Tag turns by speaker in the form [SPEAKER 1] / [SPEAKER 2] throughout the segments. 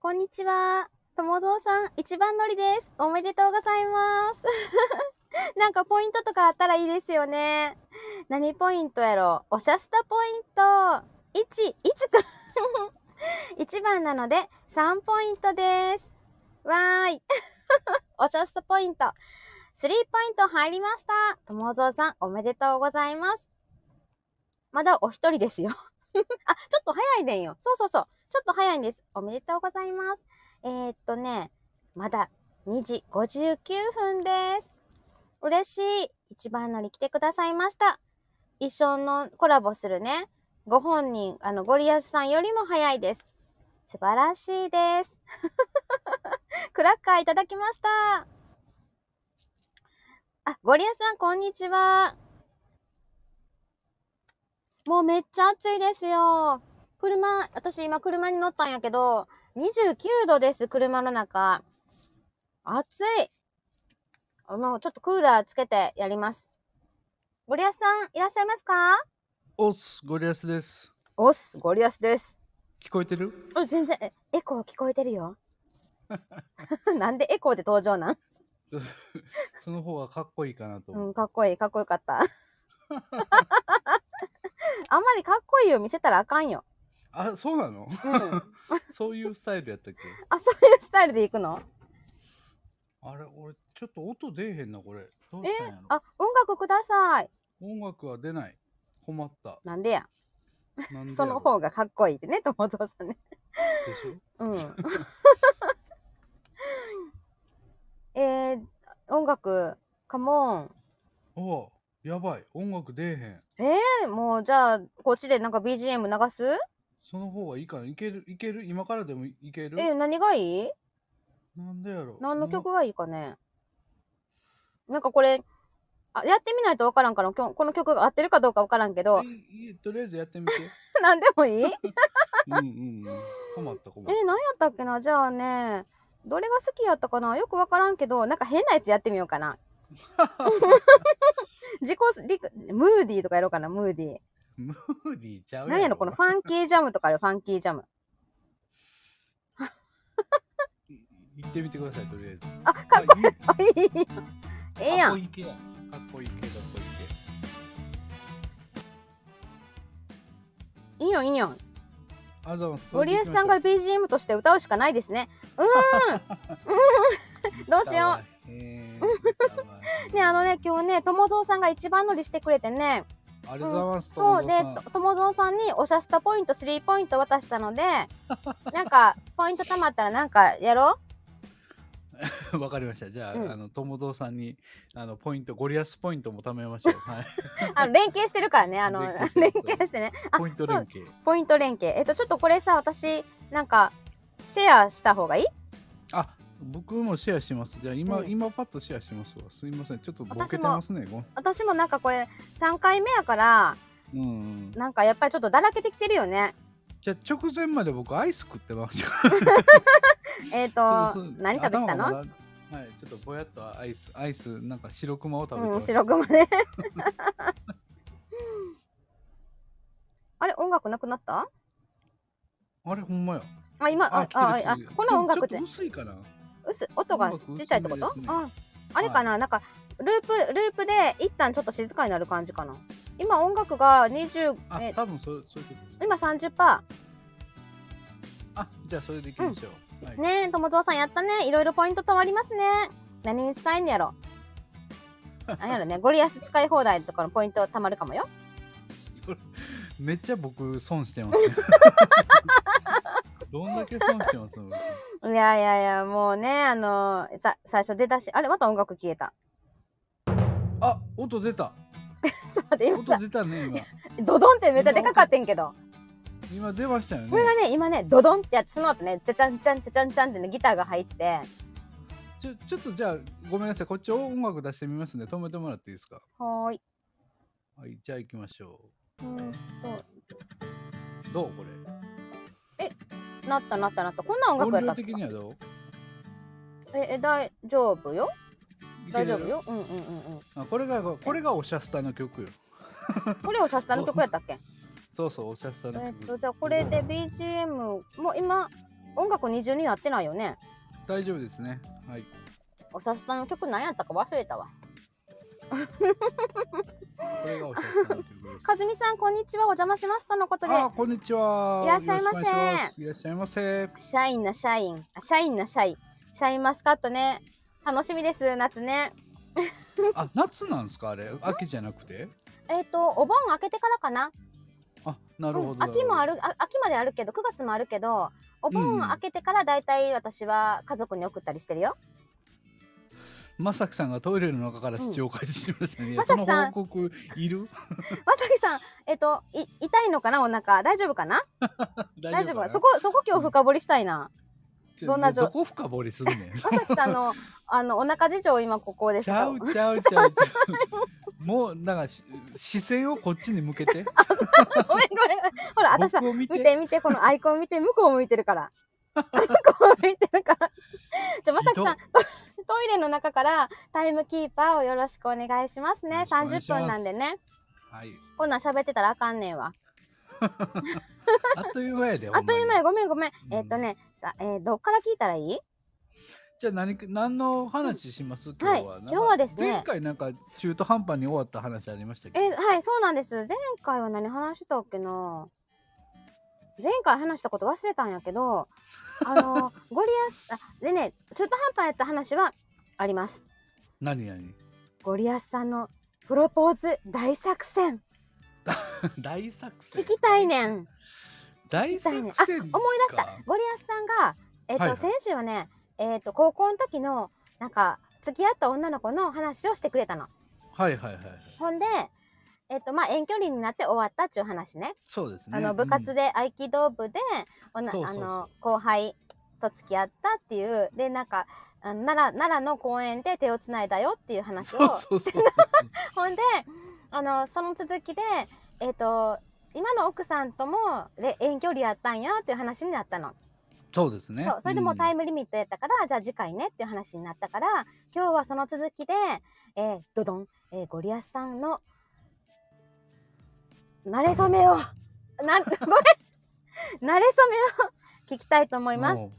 [SPEAKER 1] こんにちは。友蔵さん、一番乗りです。おめでとうございます。 なんかポイントとかあったらいいですよね。何ポイントやろおしゃスタポイント。1、1く ん。1番なので3ポイントです。わーい。 おしゃスタポイント。3ポイント入りました。友蔵さん、おめでとうございます。まだお一人ですよ。あ、 ちょっと早いでんよ。そうそうそう。ちょっと早いんです。おめでとうございます。えー、っとね、まだ2時59分です。嬉しい。一番乗り来てくださいました。一緒のコラボするね。ご本人、あの、ゴリアスさんよりも早いです。素晴らしいです。 クラッカーいただきました。あ、ゴリアスさん、こんにちは。もうめっちゃ暑いですよ。車、私今車に乗ったんやけど、29度です、車の中。暑い。あもうちょっとクーラーつけてやります。ゴリアスさん、いらっしゃいますか
[SPEAKER 2] おっす、ゴリアスです。
[SPEAKER 1] おっす、ゴリアスです。
[SPEAKER 2] 聞こえてる
[SPEAKER 1] うん全然、えエコー聞こえてる よ。なんでエコーで登場なん
[SPEAKER 2] そその方がかっこいいかなと
[SPEAKER 1] う
[SPEAKER 2] 思
[SPEAKER 1] ん、
[SPEAKER 2] う。
[SPEAKER 1] かっこいい、かっこよかった。 あんまりかっこいいを見せたらあかんよ。
[SPEAKER 2] あ、そうな の
[SPEAKER 1] うん。あ、
[SPEAKER 2] そういうスタイルやったっけ
[SPEAKER 1] そういうスタイルで行くの
[SPEAKER 2] あれ、俺、ちょっと音出えへんな、これ。どう
[SPEAKER 1] え
[SPEAKER 2] したんやろ
[SPEAKER 1] あ、音楽ください。
[SPEAKER 2] 音楽は出ない。困った。
[SPEAKER 1] なんでや。
[SPEAKER 2] なんでやろ
[SPEAKER 1] その方がかっこいいって ね、友蔵さんね。
[SPEAKER 2] でしょ
[SPEAKER 1] うん。 えー、音楽、カモン。
[SPEAKER 2] おうやばい。音楽出えへん。
[SPEAKER 1] えー、もうじゃあ、こっちでなんか BGM 流す
[SPEAKER 2] その方がいいかな。いけるいける今からでもいいける
[SPEAKER 1] えー、何がいい
[SPEAKER 2] なんでやろ
[SPEAKER 1] 何の曲がいいかね。なんかこれ、あやってみないとわからんから、今日この曲が合ってるかどうかわからんけど
[SPEAKER 2] 音、楽いいいいとりあえずやってみて。
[SPEAKER 1] なんでもいいえー、
[SPEAKER 2] うんうんうん。困った、困っ
[SPEAKER 1] 何やったっけなじゃあね、どれが好きやったかなよくわからんけど、なんか変なやつやってみようか な。
[SPEAKER 2] た。
[SPEAKER 1] 自己リク、ムーディーとかやろうかな、ムーディー。
[SPEAKER 2] ムーディーちゃう
[SPEAKER 1] 何やろこのファンキージャムとかあるファンキージャム。
[SPEAKER 2] い行ってみてください、とりあえず。
[SPEAKER 1] あ、かっ
[SPEAKER 2] こいい。
[SPEAKER 1] こいい。 ええや
[SPEAKER 2] かっこ
[SPEAKER 1] ん。
[SPEAKER 2] いい系やん。かっこいい系、かっこいい系。
[SPEAKER 1] いいよ、いいよ。
[SPEAKER 2] ありがとうございます。
[SPEAKER 1] ゴリエスさんが BGM として歌うしかないですね。うーん。 うん。どうしよ
[SPEAKER 2] う。え
[SPEAKER 1] う。ね、あのね、今日ね、友蔵さんが一番乗りしてくれてね、
[SPEAKER 2] ありがとうございます。
[SPEAKER 1] そうで
[SPEAKER 2] 友蔵さん、
[SPEAKER 1] と友蔵さんにおしゃスタポイント、3ポイント渡した ので、なんか、ポイント貯まったらなんかやろう
[SPEAKER 2] わかりました。じゃあ、
[SPEAKER 1] うん
[SPEAKER 2] あの友蔵さんにあのポイント、ゴリアスポイントも貯めまし ょう。はい。
[SPEAKER 1] あの、連携してるからね、あの、連
[SPEAKER 2] 連携してる
[SPEAKER 1] 携してね。あ、
[SPEAKER 2] ポイント
[SPEAKER 1] そう
[SPEAKER 2] 連、携。
[SPEAKER 1] ポイント連携。えっと、ちょっとこれさ、私、なんか、シェアした方がいい
[SPEAKER 2] あ、僕もシェアします。じゃあ今、
[SPEAKER 1] うん
[SPEAKER 2] 今パッとシェアしますわ。すいません。ちょっとボ
[SPEAKER 1] 私
[SPEAKER 2] ケて
[SPEAKER 1] も
[SPEAKER 2] ますね。ご
[SPEAKER 1] 私もなんかこれ、3回目やから、
[SPEAKER 2] うんうん。
[SPEAKER 1] なんかやっぱりちょっとだらけてきてるよね。
[SPEAKER 2] じゃあ直前まで僕アイス食ってました。
[SPEAKER 1] えっ、
[SPEAKER 2] ち
[SPEAKER 1] と
[SPEAKER 2] ょっ、と
[SPEAKER 1] 何食べてた
[SPEAKER 2] 頭
[SPEAKER 1] の
[SPEAKER 2] がまだはい、ちょっとぼやっとアイス、アイス、なんか白熊を食べて
[SPEAKER 1] う
[SPEAKER 2] ま
[SPEAKER 1] ん、
[SPEAKER 2] した
[SPEAKER 1] 白熊 ね。あれ、音楽なくなった
[SPEAKER 2] あれ、ほんまや。
[SPEAKER 1] あ、今、あ、あ、あ、この音楽っ
[SPEAKER 2] ち
[SPEAKER 1] て
[SPEAKER 2] ょっと、薄いかな
[SPEAKER 1] 薄い音がちっちゃいってこと、
[SPEAKER 2] 音楽薄めですね
[SPEAKER 1] ああれかな、なんかループループで一旦ちょっと静かになる感じかな今音楽が20
[SPEAKER 2] あ、
[SPEAKER 1] え
[SPEAKER 2] 多分そうそういうことですね
[SPEAKER 1] 今30パ
[SPEAKER 2] あ、じゃあそれでいきましょう。はい
[SPEAKER 1] ーねえ友蔵さんやったねいろいろポイントたまりますね何に使えんのや ろなんやろねゴリアス使い放題とかのポイントたまるかもよ
[SPEAKER 2] それめっちゃ僕損してます ね。どんだけ損してますの？僕
[SPEAKER 1] いやいやいやもうねあのさ最初出だしあれまた音楽消えた
[SPEAKER 2] あ、音出た。
[SPEAKER 1] ちょっと待って今
[SPEAKER 2] 音
[SPEAKER 1] さ
[SPEAKER 2] 出たね
[SPEAKER 1] ドドンってめっちゃでかかってんけど
[SPEAKER 2] 今。今出ましたよね
[SPEAKER 1] こ。れがね今ねドドンってやってその後ねチャチャンチャンチャチャンチャンってねギターが入って
[SPEAKER 2] ちょちょっとじゃあごめんなさい。こっち音楽出してみますんで止めてもらっていいですか？
[SPEAKER 1] はーい
[SPEAKER 2] はい、じゃあ行きましょ
[SPEAKER 1] うん
[SPEAKER 2] う。どうこれ？
[SPEAKER 1] なったなったなったこんな音楽や
[SPEAKER 2] 音
[SPEAKER 1] ったっ
[SPEAKER 2] 量
[SPEAKER 1] け
[SPEAKER 2] 的にはどう？
[SPEAKER 1] ええ大丈夫よ
[SPEAKER 2] いけ
[SPEAKER 1] 大
[SPEAKER 2] る
[SPEAKER 1] 丈夫。ようんうんうんうん
[SPEAKER 2] あ、これがこれがおしゃスタの曲よ。
[SPEAKER 1] これをシャスタの曲やったっけ
[SPEAKER 2] そうそうおしゃスタの
[SPEAKER 1] えっ
[SPEAKER 2] 曲。
[SPEAKER 1] とじゃあこれで BGM もう今音楽二重になってないよね。
[SPEAKER 2] 大丈夫ですね。はい。
[SPEAKER 1] おさすたの曲何やったか忘れたわ。
[SPEAKER 2] これがおしゃれさんの曲です。
[SPEAKER 1] かずみさん、こんにちは。お邪魔します。とのことで。
[SPEAKER 2] あー、こんにちは。
[SPEAKER 1] いらっしゃいませ
[SPEAKER 2] よろくお願いしますいらっしゃいませ。
[SPEAKER 1] シャインなシャイン。あシャインなシャイン。シャインマスカットね。楽しみです、夏ね。
[SPEAKER 2] あ、夏なんですかあれ？秋じゃなくて？
[SPEAKER 1] えっ、と、お盆明けてからかな。
[SPEAKER 2] あ、なるほど。
[SPEAKER 1] うん秋もあ
[SPEAKER 2] る
[SPEAKER 1] るあ、秋まであるけど、9月もあるけど、お盆
[SPEAKER 2] うん
[SPEAKER 1] 明けてからだいたい私は家族に送ったりしてるよ。
[SPEAKER 2] ほど。まさきさんがトイレの中から視聴開始しましたね。いや
[SPEAKER 1] まさきさん
[SPEAKER 2] その報告 いる？
[SPEAKER 1] まさきさん、えっ、と、い、痛いのかなお腹。大丈夫かな大丈夫かなそこ、そこ今日深掘りしたいな。どんな状
[SPEAKER 2] どこ深掘りすんねん。
[SPEAKER 1] まさきさん の、あの、お腹事情今ここでし
[SPEAKER 2] ち
[SPEAKER 1] た
[SPEAKER 2] ゃ
[SPEAKER 1] か
[SPEAKER 2] うちゃうちゃうちゃう。もうなんかし視線をこっちに向 けて。
[SPEAKER 1] ごめんごめんごめん。ほら、私さ、
[SPEAKER 2] 僕を見
[SPEAKER 1] 見
[SPEAKER 2] て。
[SPEAKER 1] て見て、このアイコン見て、向こう向いてる から。向こう向いてるから。じゃあ、まさきさん、トトイレの中からタイムキーパーをよろしくお願いしますね。
[SPEAKER 2] よろ
[SPEAKER 1] 30
[SPEAKER 2] しくお願いします
[SPEAKER 1] 分なんでね。
[SPEAKER 2] はい。
[SPEAKER 1] こんなん喋ってたらあかんねんわ。
[SPEAKER 2] あっという間やで。
[SPEAKER 1] あっという間
[SPEAKER 2] や。
[SPEAKER 1] や、ごめんごめん。
[SPEAKER 2] うん
[SPEAKER 1] えっとね、さ、えーどっから聞いたらいい
[SPEAKER 2] じゃあ何か何の話します今
[SPEAKER 1] はい
[SPEAKER 2] 日は。なんか
[SPEAKER 1] 今日はですね
[SPEAKER 2] 前回なんか中途半端に終わった話ありましたけ
[SPEAKER 1] え
[SPEAKER 2] ど。
[SPEAKER 1] はい、そうなんです。前回は何話したっけな前回話したこと忘れたんやけ ど、あの、ゴリアス、あ、でね、中途半端やった話はあります。
[SPEAKER 2] 何何？
[SPEAKER 1] ゴリアスさんのプロポーズ大作戦。
[SPEAKER 2] 大作戦。
[SPEAKER 1] 聞きたいねん。
[SPEAKER 2] 大作戦
[SPEAKER 1] 聞きたいねんあ思い出した
[SPEAKER 2] か。
[SPEAKER 1] ゴリアスさんが、えっ、と、
[SPEAKER 2] はいはい
[SPEAKER 1] 先週はね、えっ、と、高校の時の、なんか、付き合った女の子の話をしてくれたの。
[SPEAKER 2] はいはいはい。
[SPEAKER 1] ほんで、えっ、と、まあ、遠距離になって終わったっていう話ね。
[SPEAKER 2] そうですね。
[SPEAKER 1] あの部活
[SPEAKER 2] で。
[SPEAKER 1] で合気道部で、おな
[SPEAKER 2] そうそうそう
[SPEAKER 1] あの後輩と付き合ったっていうでなんかあの奈良奈良の公園で手をつないだよっていう話を
[SPEAKER 2] そうそうそうそう。
[SPEAKER 1] ほんであのその続きでえっ、と今の奥さんともで遠距離やったんやっていう話になったの。
[SPEAKER 2] そうですね。
[SPEAKER 1] そうそれでもうタイ
[SPEAKER 2] ム。
[SPEAKER 1] ムリミットやったから、じゃあ次回ねっていう話になったから今日はその続きで、えー、ドドン、えーゴリアスさんの慣れ初めをなんごめん慣れ初めを聞きたいと思います。
[SPEAKER 2] も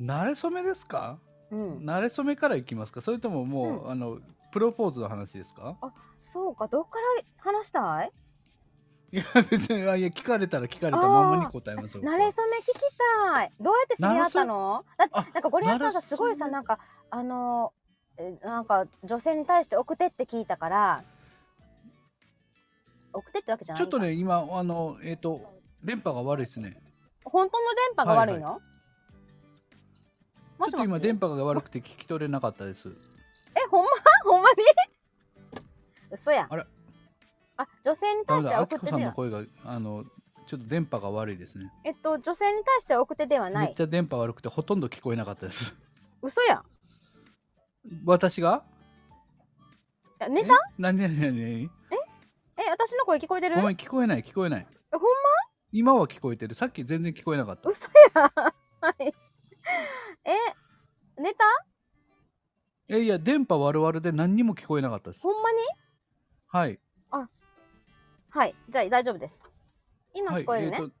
[SPEAKER 2] う慣れ初めですか？
[SPEAKER 1] うん、
[SPEAKER 2] 慣れ初めからいきますか？それとももう、
[SPEAKER 1] う
[SPEAKER 2] あのプロポーズの話ですか？
[SPEAKER 1] そうかどっから話したい
[SPEAKER 2] いや別にあいや聞かれたら聞かれたまんまに答えますよ。
[SPEAKER 1] 慣れ初め聞きたいどうやって知り合ったのだって
[SPEAKER 2] あ
[SPEAKER 1] なんかゴリアスさんがすごい
[SPEAKER 2] 慣れ初
[SPEAKER 1] さ
[SPEAKER 2] め
[SPEAKER 1] なんかあのえなんか女性に対して奥手って聞いたから奥手ってわけじゃない
[SPEAKER 2] ちょっと
[SPEAKER 1] か
[SPEAKER 2] ね今あのえっ、と電波が悪いですね。
[SPEAKER 1] 本当の電波が悪いの、も
[SPEAKER 2] ち
[SPEAKER 1] し
[SPEAKER 2] ょっと
[SPEAKER 1] もし
[SPEAKER 2] 今電波が悪くて聞き取れなかったです。
[SPEAKER 1] えほんま ほんまに嘘やん
[SPEAKER 2] あら
[SPEAKER 1] あ女性に
[SPEAKER 2] な
[SPEAKER 1] 対
[SPEAKER 2] ん
[SPEAKER 1] して
[SPEAKER 2] だ
[SPEAKER 1] は
[SPEAKER 2] あき
[SPEAKER 1] 送っ
[SPEAKER 2] こ
[SPEAKER 1] て
[SPEAKER 2] さん
[SPEAKER 1] で
[SPEAKER 2] の
[SPEAKER 1] は
[SPEAKER 2] 声があのちょっと電波が悪いですね。
[SPEAKER 1] えっと女性に対しては送ってではな
[SPEAKER 2] めっ
[SPEAKER 1] い
[SPEAKER 2] ちゃ電波悪くてほとんど聞こえなかったです。
[SPEAKER 1] 嘘やん
[SPEAKER 2] 私が？
[SPEAKER 1] えネ
[SPEAKER 2] え
[SPEAKER 1] タ
[SPEAKER 2] 何何何何？
[SPEAKER 1] え私の声聞こえてる
[SPEAKER 2] ご
[SPEAKER 1] えほ
[SPEAKER 2] め
[SPEAKER 1] ん
[SPEAKER 2] ん聞こえない聞こえない。
[SPEAKER 1] ま
[SPEAKER 2] 今は聞こえてる。さっき全然聞こえなかった。
[SPEAKER 1] 嘘やん はいえネタ
[SPEAKER 2] えいや電波悪々で何にも聞こえなかったです。
[SPEAKER 1] ほんまに
[SPEAKER 2] はい。
[SPEAKER 1] はいじゃあ大丈夫です今
[SPEAKER 2] はい
[SPEAKER 1] 聞こえるね、
[SPEAKER 2] ーと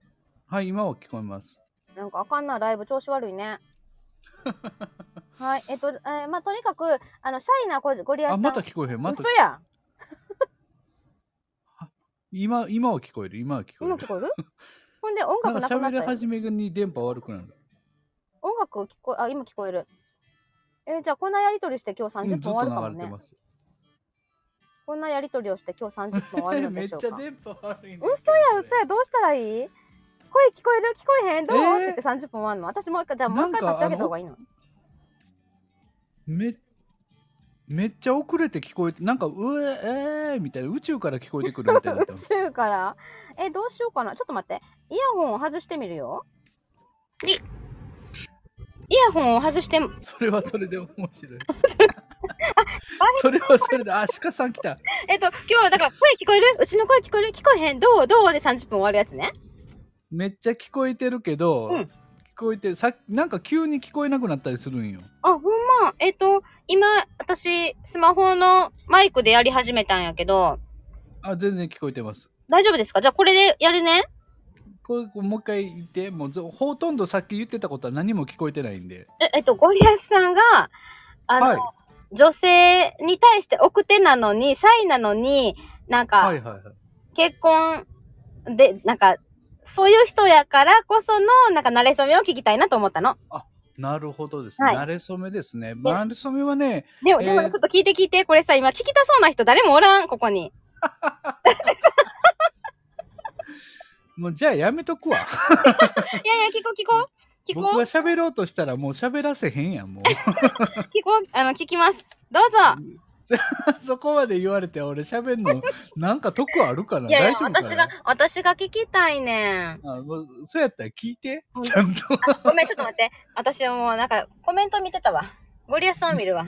[SPEAKER 2] はい今は聞こえます。
[SPEAKER 1] なんかあかんなライブ調子悪い ねはいえっと、えーまあとにかくあのシャイなゴゴリアス
[SPEAKER 2] あ
[SPEAKER 1] さん
[SPEAKER 2] また聞こえへん。また
[SPEAKER 1] 嘘やん
[SPEAKER 2] 今今は聞こえる今は聞こえ
[SPEAKER 1] 今
[SPEAKER 2] る
[SPEAKER 1] 聞。こえるほんで音
[SPEAKER 2] な
[SPEAKER 1] 楽
[SPEAKER 2] んか
[SPEAKER 1] なくな
[SPEAKER 2] 喋
[SPEAKER 1] っ
[SPEAKER 2] り
[SPEAKER 1] たよ
[SPEAKER 2] 始めに電波悪くなる。
[SPEAKER 1] 音楽聞こえあ今聞こえるえーじゃあこんなやりとりして今日
[SPEAKER 2] うん
[SPEAKER 1] 30分終わるかも
[SPEAKER 2] ずっと流
[SPEAKER 1] ね
[SPEAKER 2] れて、ます。
[SPEAKER 1] こんなやりとりをして今日30分終わるの
[SPEAKER 2] め
[SPEAKER 1] で
[SPEAKER 2] っ
[SPEAKER 1] しょ
[SPEAKER 2] ちゃ
[SPEAKER 1] うか
[SPEAKER 2] 電波悪いんです
[SPEAKER 1] 嘘や嘘やどうしたらいい声聞こえる聞こえへんどう、
[SPEAKER 2] えー
[SPEAKER 1] って言って30分終わるの私もう一回じゃあもう一
[SPEAKER 2] なんか
[SPEAKER 1] 回立ち上げた方がいいの
[SPEAKER 2] めめっちゃ遅れて聞こえてなんかうええー、みたいな宇宙から聞こえてくるみたいに なってま
[SPEAKER 1] 宇
[SPEAKER 2] す
[SPEAKER 1] 宙からえどうしようかなちょっと待ってイヤホンを外してみるよいイヤホンを外して
[SPEAKER 2] それはそれで面 白いそれはそれであ鹿さん来た
[SPEAKER 1] えっと今日はだから声聞こえるうちの声聞こえる聞こえへんどうどうで30分終わるやつね
[SPEAKER 2] めっちゃ聞こえてるけど、
[SPEAKER 1] うん
[SPEAKER 2] 聞こえてさなんか急に聞こえなくなったりするんよ
[SPEAKER 1] あ、ほんま。えっ、と、今、私、スマホのマイクでやり始めたんやけど、
[SPEAKER 2] あ全然聞こえてます
[SPEAKER 1] 大丈夫ですかじゃあこれでやるね。
[SPEAKER 2] これこうもう一回言ってもうずほとんどさっき言ってたことは何も聞こえてないんで
[SPEAKER 1] え、えっと、ゴリアスさんが、あの、
[SPEAKER 2] はい
[SPEAKER 1] 女性に対して奥手なのに、シャイなのに、なんか、
[SPEAKER 2] はいはいはい
[SPEAKER 1] 結婚で、なんか、そういう人やからこその、なんか、慣れ初めを聞きたいなと思ったの。
[SPEAKER 2] なるほどですね、
[SPEAKER 1] はい
[SPEAKER 2] 慣れ初めですね慣れ初めはね
[SPEAKER 1] でも、でも、
[SPEAKER 2] えー
[SPEAKER 1] ちょっと聞いて聞いて、これさ、今聞きたそうな人誰もおらん、ここに。
[SPEAKER 2] もうじゃあやめとくわ
[SPEAKER 1] いやいや、聞こう聞こう。聞
[SPEAKER 2] 僕
[SPEAKER 1] こ
[SPEAKER 2] は
[SPEAKER 1] う、
[SPEAKER 2] 喋ろうとしたらもう喋らせへん やんもう
[SPEAKER 1] 聞こう、あの、聞きます。どうぞ。
[SPEAKER 2] そこまで言われて俺喋んのなんか得あるかない
[SPEAKER 1] やいや、
[SPEAKER 2] 大丈夫かな
[SPEAKER 1] 私が、私が聞きたいねん。
[SPEAKER 2] あもうそうやったら聞いてちゃんと
[SPEAKER 1] ごめん、ちょっと待って。私もうなんかコメント見てたわ。ゴリアスさんを見るわ。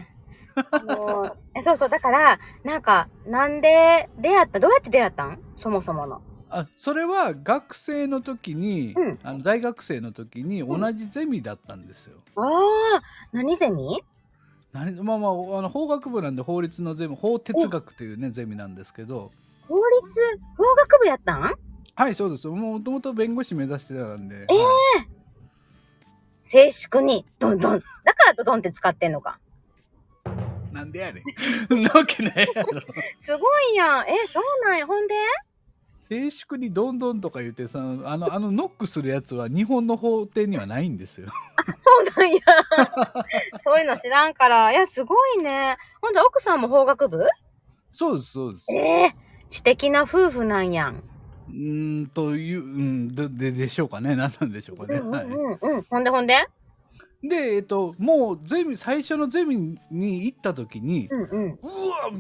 [SPEAKER 1] もうえそうそう、だから、なんか、なんで出会ったどうやって出会ったんそもそもの。
[SPEAKER 2] あそれは学生の時に、
[SPEAKER 1] うん
[SPEAKER 2] あの大学生の時に同じゼミだったんですよ。
[SPEAKER 1] ああ、何ゼミ
[SPEAKER 2] 何まあまああの法学部なんで法律のゼミ法哲学というねゼミなんですけど
[SPEAKER 1] 法律、法学部やったん
[SPEAKER 2] はいそうですもともと弁護士目指してたんで、
[SPEAKER 1] えー
[SPEAKER 2] はい
[SPEAKER 1] 静粛に、ドンドン。だからドドンって使ってんのか。
[SPEAKER 2] なんでやねん なわけないやろ
[SPEAKER 1] すごいやん。え、そうなんや。ほんで
[SPEAKER 2] 静粛にどんどんとか言ってさあ のあのノックするやつは日本の法廷にはないんですよ
[SPEAKER 1] そうなんや。 そういうの知らんから。いや、すごいね。ほんで、奥さんも法学部
[SPEAKER 2] そうですそうです
[SPEAKER 1] ええ知的な夫婦なんやん。
[SPEAKER 2] うーんといううんでででしょうかね何なんでしょうか
[SPEAKER 1] う
[SPEAKER 2] ね、
[SPEAKER 1] んう
[SPEAKER 2] はい
[SPEAKER 1] んうんうん。ほんでほんで
[SPEAKER 2] で、えっと、もうゼミ最初のゼミに行った時に、
[SPEAKER 1] うんうん。
[SPEAKER 2] うわ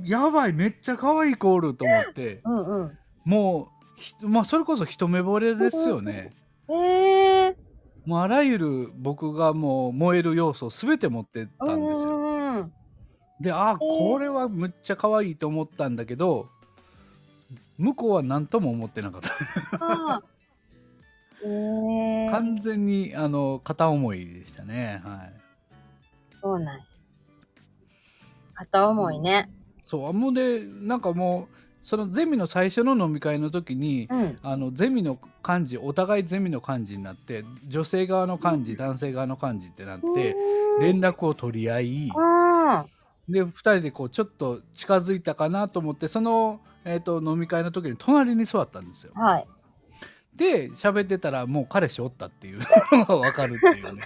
[SPEAKER 2] やばいめっちゃ可愛い子おると思って
[SPEAKER 1] うんうん。
[SPEAKER 2] もうひ、まあ、それこそ一目惚れですよね。
[SPEAKER 1] へえ。
[SPEAKER 2] もうあらゆる僕がもう燃える要素を全て持ってたんですよ。
[SPEAKER 1] よ。
[SPEAKER 2] であー
[SPEAKER 1] えー
[SPEAKER 2] これはむっちゃ可愛いと思ったんだけど向こうは何とも思ってなかった
[SPEAKER 1] あーへえ。
[SPEAKER 2] 完全にあの片思いでしたね。はい
[SPEAKER 1] そうなんや。片思いね。
[SPEAKER 2] そうもうでなんかもうそのゼミの最初の飲み会の時に、
[SPEAKER 1] うん。
[SPEAKER 2] あのゼミの漢字お互いゼミの漢字になって女性側の漢字男性側の漢字ってなって連絡を取り合い
[SPEAKER 1] あ
[SPEAKER 2] で2人でこうちょっと近づいたかなと思ってその、えー、と飲み会の時に隣に座ったんですよ
[SPEAKER 1] あ。はい。
[SPEAKER 2] で喋ってたらもう彼氏おったっていう のが分かるってい うね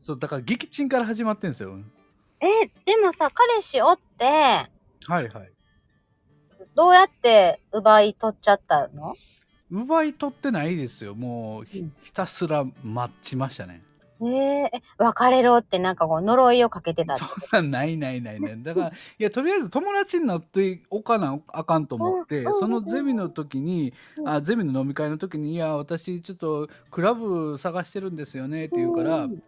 [SPEAKER 2] そうだから撃沈から始まってんですよ
[SPEAKER 1] え、でもさ、彼氏おって、
[SPEAKER 2] はいはい
[SPEAKER 1] どうやって奪い取っちゃったの
[SPEAKER 2] 奪い取ってないですよもう
[SPEAKER 1] う
[SPEAKER 2] ひ
[SPEAKER 1] ん
[SPEAKER 2] ひたすら待ちましたね
[SPEAKER 1] へええ、別れろってなんかこう呪いをかけてたって。
[SPEAKER 2] そんなんないないないない。だから、いや、とりあえず友達になっておかなあかんと思って
[SPEAKER 1] うんうん、
[SPEAKER 2] そのゼミの時に、
[SPEAKER 1] うん
[SPEAKER 2] あゼミの飲み会の時に、いや、私ちょっとクラブ探してるんですよねって言うから、
[SPEAKER 1] うん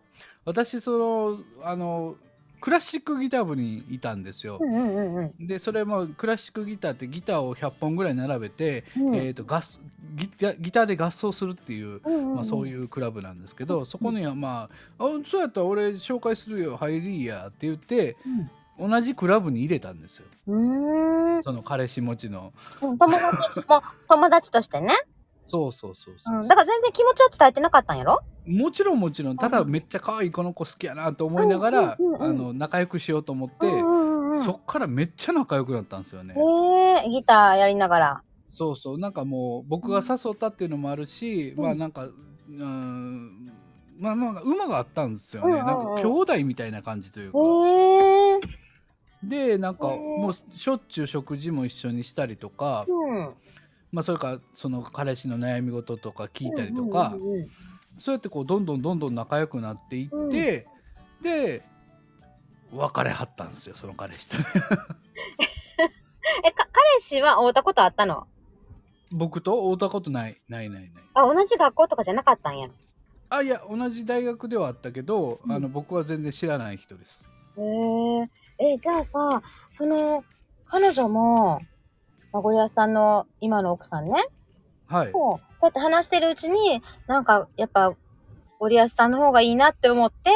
[SPEAKER 2] 私、その、あの、クラシックギター部にいたんですよ
[SPEAKER 1] う。んうんうん
[SPEAKER 2] で、それもクラシックギターってギターを100本ぐらい並べて、
[SPEAKER 1] うん。
[SPEAKER 2] えーとガスギターギターで合奏するっていう
[SPEAKER 1] うん
[SPEAKER 2] まあ、そう
[SPEAKER 1] う
[SPEAKER 2] いうクラブなんですけど、そこにはまあ「あそうやったら俺紹介するよ入りや」って言って、同じクラブに入れたんですよ
[SPEAKER 1] ん。うーん。
[SPEAKER 2] その彼氏持ちの
[SPEAKER 1] 友達も、友達としてね。
[SPEAKER 2] そうそうそうそう、
[SPEAKER 1] うん、だから全然気持ちは伝えてなかったんやろ
[SPEAKER 2] もちろんもちろんただめっちゃ可愛いこの子好きやなと思いながら、
[SPEAKER 1] うんうんうんうん
[SPEAKER 2] あの仲良くしようと思って、
[SPEAKER 1] うんうんうん
[SPEAKER 2] そっからめっちゃ仲良くなったんですよね、
[SPEAKER 1] へえギターやりながら。
[SPEAKER 2] そうそうなんかもう僕が誘ったっていうのもあるし、
[SPEAKER 1] うん
[SPEAKER 2] まあなんかうーんまあまあ馬があったんですよね、
[SPEAKER 1] うんうんうん
[SPEAKER 2] なんか兄弟みたいな感じというか、
[SPEAKER 1] へえ。
[SPEAKER 2] でなんか
[SPEAKER 1] へー
[SPEAKER 2] もうしょっちゅう食事も一緒にしたりとか、
[SPEAKER 1] うん。
[SPEAKER 2] まあ、それからその彼氏の悩み事とか聞いたりとか、
[SPEAKER 1] うんうんうんうん
[SPEAKER 2] そうやってこうどんどんどんどん仲良くなっていって、で別れはったんですよその彼氏とね
[SPEAKER 1] え、か、彼氏は会ったことあったの
[SPEAKER 2] 僕と会うたことないないないない
[SPEAKER 1] あ、同じ学校とかじゃなかったんや。へ
[SPEAKER 2] あいや同じ大学ではあったけど、
[SPEAKER 1] うん
[SPEAKER 2] あの僕は全然知らない人です
[SPEAKER 1] え。え、じゃあさ、その、彼女も、孫屋さんの今の奥さんね。
[SPEAKER 2] はい
[SPEAKER 1] もう、そうやって話してるうちに、なんか、やっぱ、ゴリアスさんの方がいいなって思って、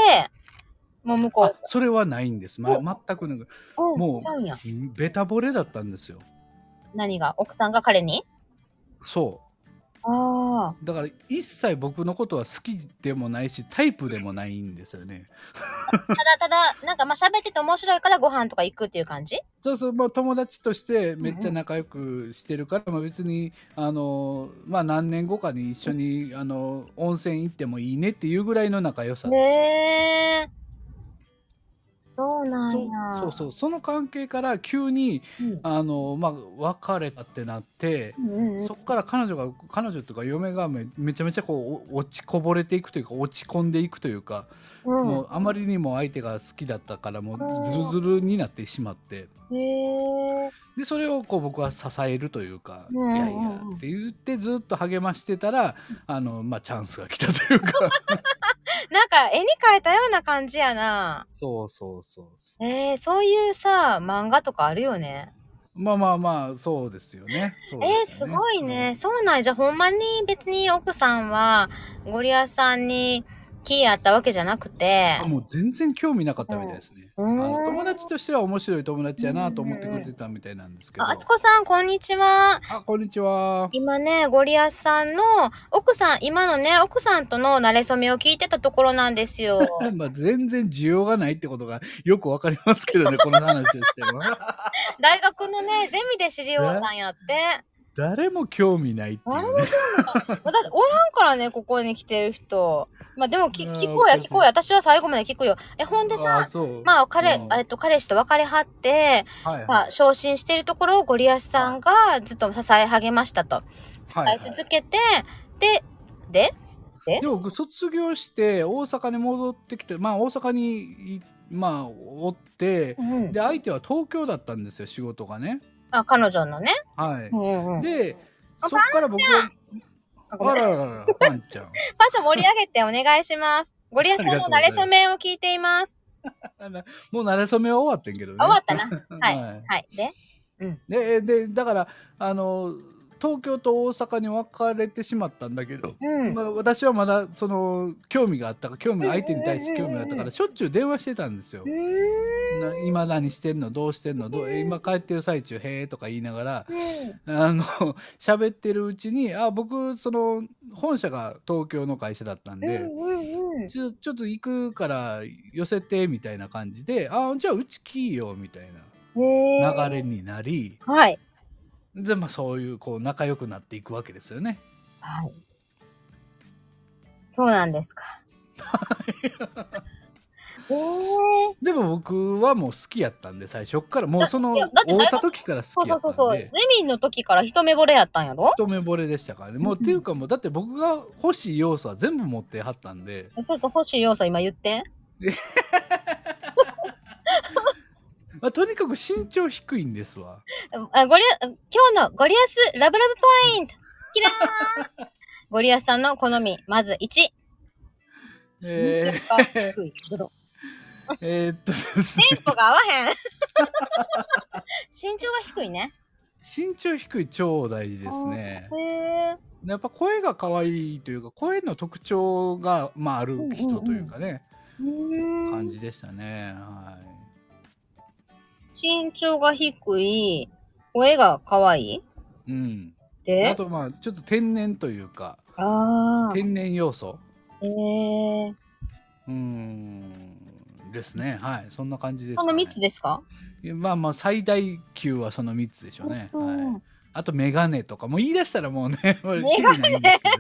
[SPEAKER 1] もう向
[SPEAKER 2] あ
[SPEAKER 1] こ
[SPEAKER 2] それはないんです、ま、全くなんか
[SPEAKER 1] う、
[SPEAKER 2] も
[SPEAKER 1] ちゃうんや。
[SPEAKER 2] うベタ惚れだったんですよ
[SPEAKER 1] 何が奥さんが彼に
[SPEAKER 2] そ
[SPEAKER 1] ああ。
[SPEAKER 2] うだから一切僕のことは好きでもないしタイプでもないんですよね
[SPEAKER 1] ただただ、なんかまあ喋ってて面白いからご飯とか行くっていう感じ
[SPEAKER 2] そうそうもう友達としてめっちゃ仲良くしてるから、まあ、別にあのまあ何年後かに一緒にあの温泉行ってもいいねっていうぐらいの仲良さです、
[SPEAKER 1] へえ。そうな
[SPEAKER 2] そ
[SPEAKER 1] ん
[SPEAKER 2] う
[SPEAKER 1] や。
[SPEAKER 2] そうそうその関係から急に
[SPEAKER 1] うん。
[SPEAKER 2] あの、まあ、別れたってなって、
[SPEAKER 1] うんうん
[SPEAKER 2] そっから彼女が彼女とか嫁がめめちゃめちゃこうお落ちこぼれていくというか落ち込んでいくというか、
[SPEAKER 1] うん
[SPEAKER 2] もうあまりにも相手が好きだったからもうズルズルになってしまって
[SPEAKER 1] へえ。
[SPEAKER 2] でそれをこう僕は支えるというか、
[SPEAKER 1] うんうんうん
[SPEAKER 2] いやいやって言ってずっと励ましてたらあの、まあ、チャンスが来たというか
[SPEAKER 1] なんか絵に描いたような感じやな。
[SPEAKER 2] そうそうそうそ
[SPEAKER 1] えー、そういうさ、漫画とかあるよね。
[SPEAKER 2] うまあまあまあそうですよねそうで
[SPEAKER 1] え
[SPEAKER 2] す
[SPEAKER 1] ー、
[SPEAKER 2] よ
[SPEAKER 1] すごいね。そうなんやじゃあ、ほんまに別に奥さんは、ゴリアスさんに気合ったわけじゃなくて
[SPEAKER 2] あ。もう全然興味なかったみたいですね、
[SPEAKER 1] うー
[SPEAKER 2] あの
[SPEAKER 1] ん
[SPEAKER 2] 友達としては面白い友達やなと思ってくれてたみたいなんですけど、
[SPEAKER 1] あ、あつこさん、こんにちは。
[SPEAKER 2] あ、こんにちは。
[SPEAKER 1] 今ね、ゴリアスさんの、奥さん、今のね、奥さんとの馴れ初めを聞いてたところなんです よ。
[SPEAKER 2] まあ、全然需要がないってことがよくわかります けどね、この話をしても。
[SPEAKER 1] 大学のね、ゼミで知り合うたんやって。
[SPEAKER 2] 誰も興味ないっていう、ね。
[SPEAKER 1] まあだっておらんからね、ここに来てる人。まあでもき、
[SPEAKER 2] うん
[SPEAKER 1] 聞こうや、聞こうや。私は最後まで聞くよ。え、ほんで
[SPEAKER 2] あ、
[SPEAKER 1] さ、
[SPEAKER 2] そう。
[SPEAKER 1] まあ、彼、
[SPEAKER 2] うん
[SPEAKER 1] えっと、彼氏と別れはって、
[SPEAKER 2] はい
[SPEAKER 1] ま
[SPEAKER 2] は
[SPEAKER 1] あ、
[SPEAKER 2] い
[SPEAKER 1] 昇進しているところをゴリアスさんがずっと支え励ましたと。
[SPEAKER 2] は
[SPEAKER 1] 支
[SPEAKER 2] い
[SPEAKER 1] え続けて、で、で、
[SPEAKER 2] で僕、卒業して、大阪に戻ってきて、まあ、大阪にい、まあ、おって、
[SPEAKER 1] うん
[SPEAKER 2] で、相手は東京だったんですよ、仕事がね。
[SPEAKER 1] あ、彼女のね。
[SPEAKER 2] はい。
[SPEAKER 1] うんうん。
[SPEAKER 2] で、そっから僕は、
[SPEAKER 1] あごめ
[SPEAKER 2] あ
[SPEAKER 1] ん
[SPEAKER 2] らららら、パンちゃん。
[SPEAKER 1] パンちゃん盛り上げてお願いします。ゴリアスさんの慣れ初めを聞いています。
[SPEAKER 2] もう慣れ初めは終わってんけどね。
[SPEAKER 1] あ終わったな。はい
[SPEAKER 2] はい
[SPEAKER 1] はい。で
[SPEAKER 2] ででだからあの東京と大阪に分かれてしまったんだけど、
[SPEAKER 1] うん。
[SPEAKER 2] まあ、私はまだその興味があったか興味相手に対して興味
[SPEAKER 1] うんうん
[SPEAKER 2] があった
[SPEAKER 1] うん
[SPEAKER 2] か
[SPEAKER 1] うん
[SPEAKER 2] らしょっちゅう電話してたんですよ。な今何してんのどうしてんのどうえ今帰ってる最中「へえ」とか言いながら
[SPEAKER 1] うん。
[SPEAKER 2] あの 喋ってるうちにあ僕その本社が東京の会社だったん
[SPEAKER 1] うん。う
[SPEAKER 2] で。
[SPEAKER 1] ん。うん。
[SPEAKER 2] ちょちょっと行くから寄せてみたいな感じで「あじゃあうち来いよ」みたい
[SPEAKER 1] へー
[SPEAKER 2] な流れになり、
[SPEAKER 1] はい。
[SPEAKER 2] でまあそういうこう仲良くなっていくわけですよね。
[SPEAKER 1] はい。そうなんですか。へ え。
[SPEAKER 2] でも僕はもう好きやったんで最初っからもうその
[SPEAKER 1] いやだって
[SPEAKER 2] 会
[SPEAKER 1] 誰も
[SPEAKER 2] うた時から
[SPEAKER 1] そ
[SPEAKER 2] 好
[SPEAKER 1] うそ
[SPEAKER 2] きや
[SPEAKER 1] う
[SPEAKER 2] っ
[SPEAKER 1] そう
[SPEAKER 2] た
[SPEAKER 1] そ
[SPEAKER 2] ん
[SPEAKER 1] う。ゼ
[SPEAKER 2] で
[SPEAKER 1] ミの時から一目惚れやったんやろ
[SPEAKER 2] 一目惚れでしたからねもう、
[SPEAKER 1] うん
[SPEAKER 2] っていうかもうだって僕が欲しい要素は全部持ってはったんで
[SPEAKER 1] ちょっと欲しい要素今言って。
[SPEAKER 2] まあとにかく身長低いんです わ。
[SPEAKER 1] あゴリア今日のゴリアスラブラブポイントキラー ンゴリアスさんの好み、まず1。身
[SPEAKER 2] え
[SPEAKER 1] 長が低い。どど
[SPEAKER 2] ー、えーっとですね
[SPEAKER 1] テンポが合わへん。 身長が低いね。
[SPEAKER 2] 身長低い超大事ですね
[SPEAKER 1] へ。え。
[SPEAKER 2] やっぱ声が可愛いというか声の特徴が、まあ、ある人というかね、
[SPEAKER 1] うー
[SPEAKER 2] 感
[SPEAKER 1] ん。
[SPEAKER 2] じでしたね。はい
[SPEAKER 1] 身長が低い。声が可愛い。
[SPEAKER 2] うん、あ
[SPEAKER 1] で、
[SPEAKER 2] とまあちょっと天然というか
[SPEAKER 1] ああ。
[SPEAKER 2] 天然要素
[SPEAKER 1] へえ。
[SPEAKER 2] うーんですねはいそんな感じです、ね、
[SPEAKER 1] その3つですか
[SPEAKER 2] まあまあ最大級はその3つでしょうね、
[SPEAKER 1] うん
[SPEAKER 2] はい、あとメガネとかもう言い出したらもうねも う
[SPEAKER 1] メ
[SPEAKER 2] キリ
[SPEAKER 1] ガ
[SPEAKER 2] ないんですけど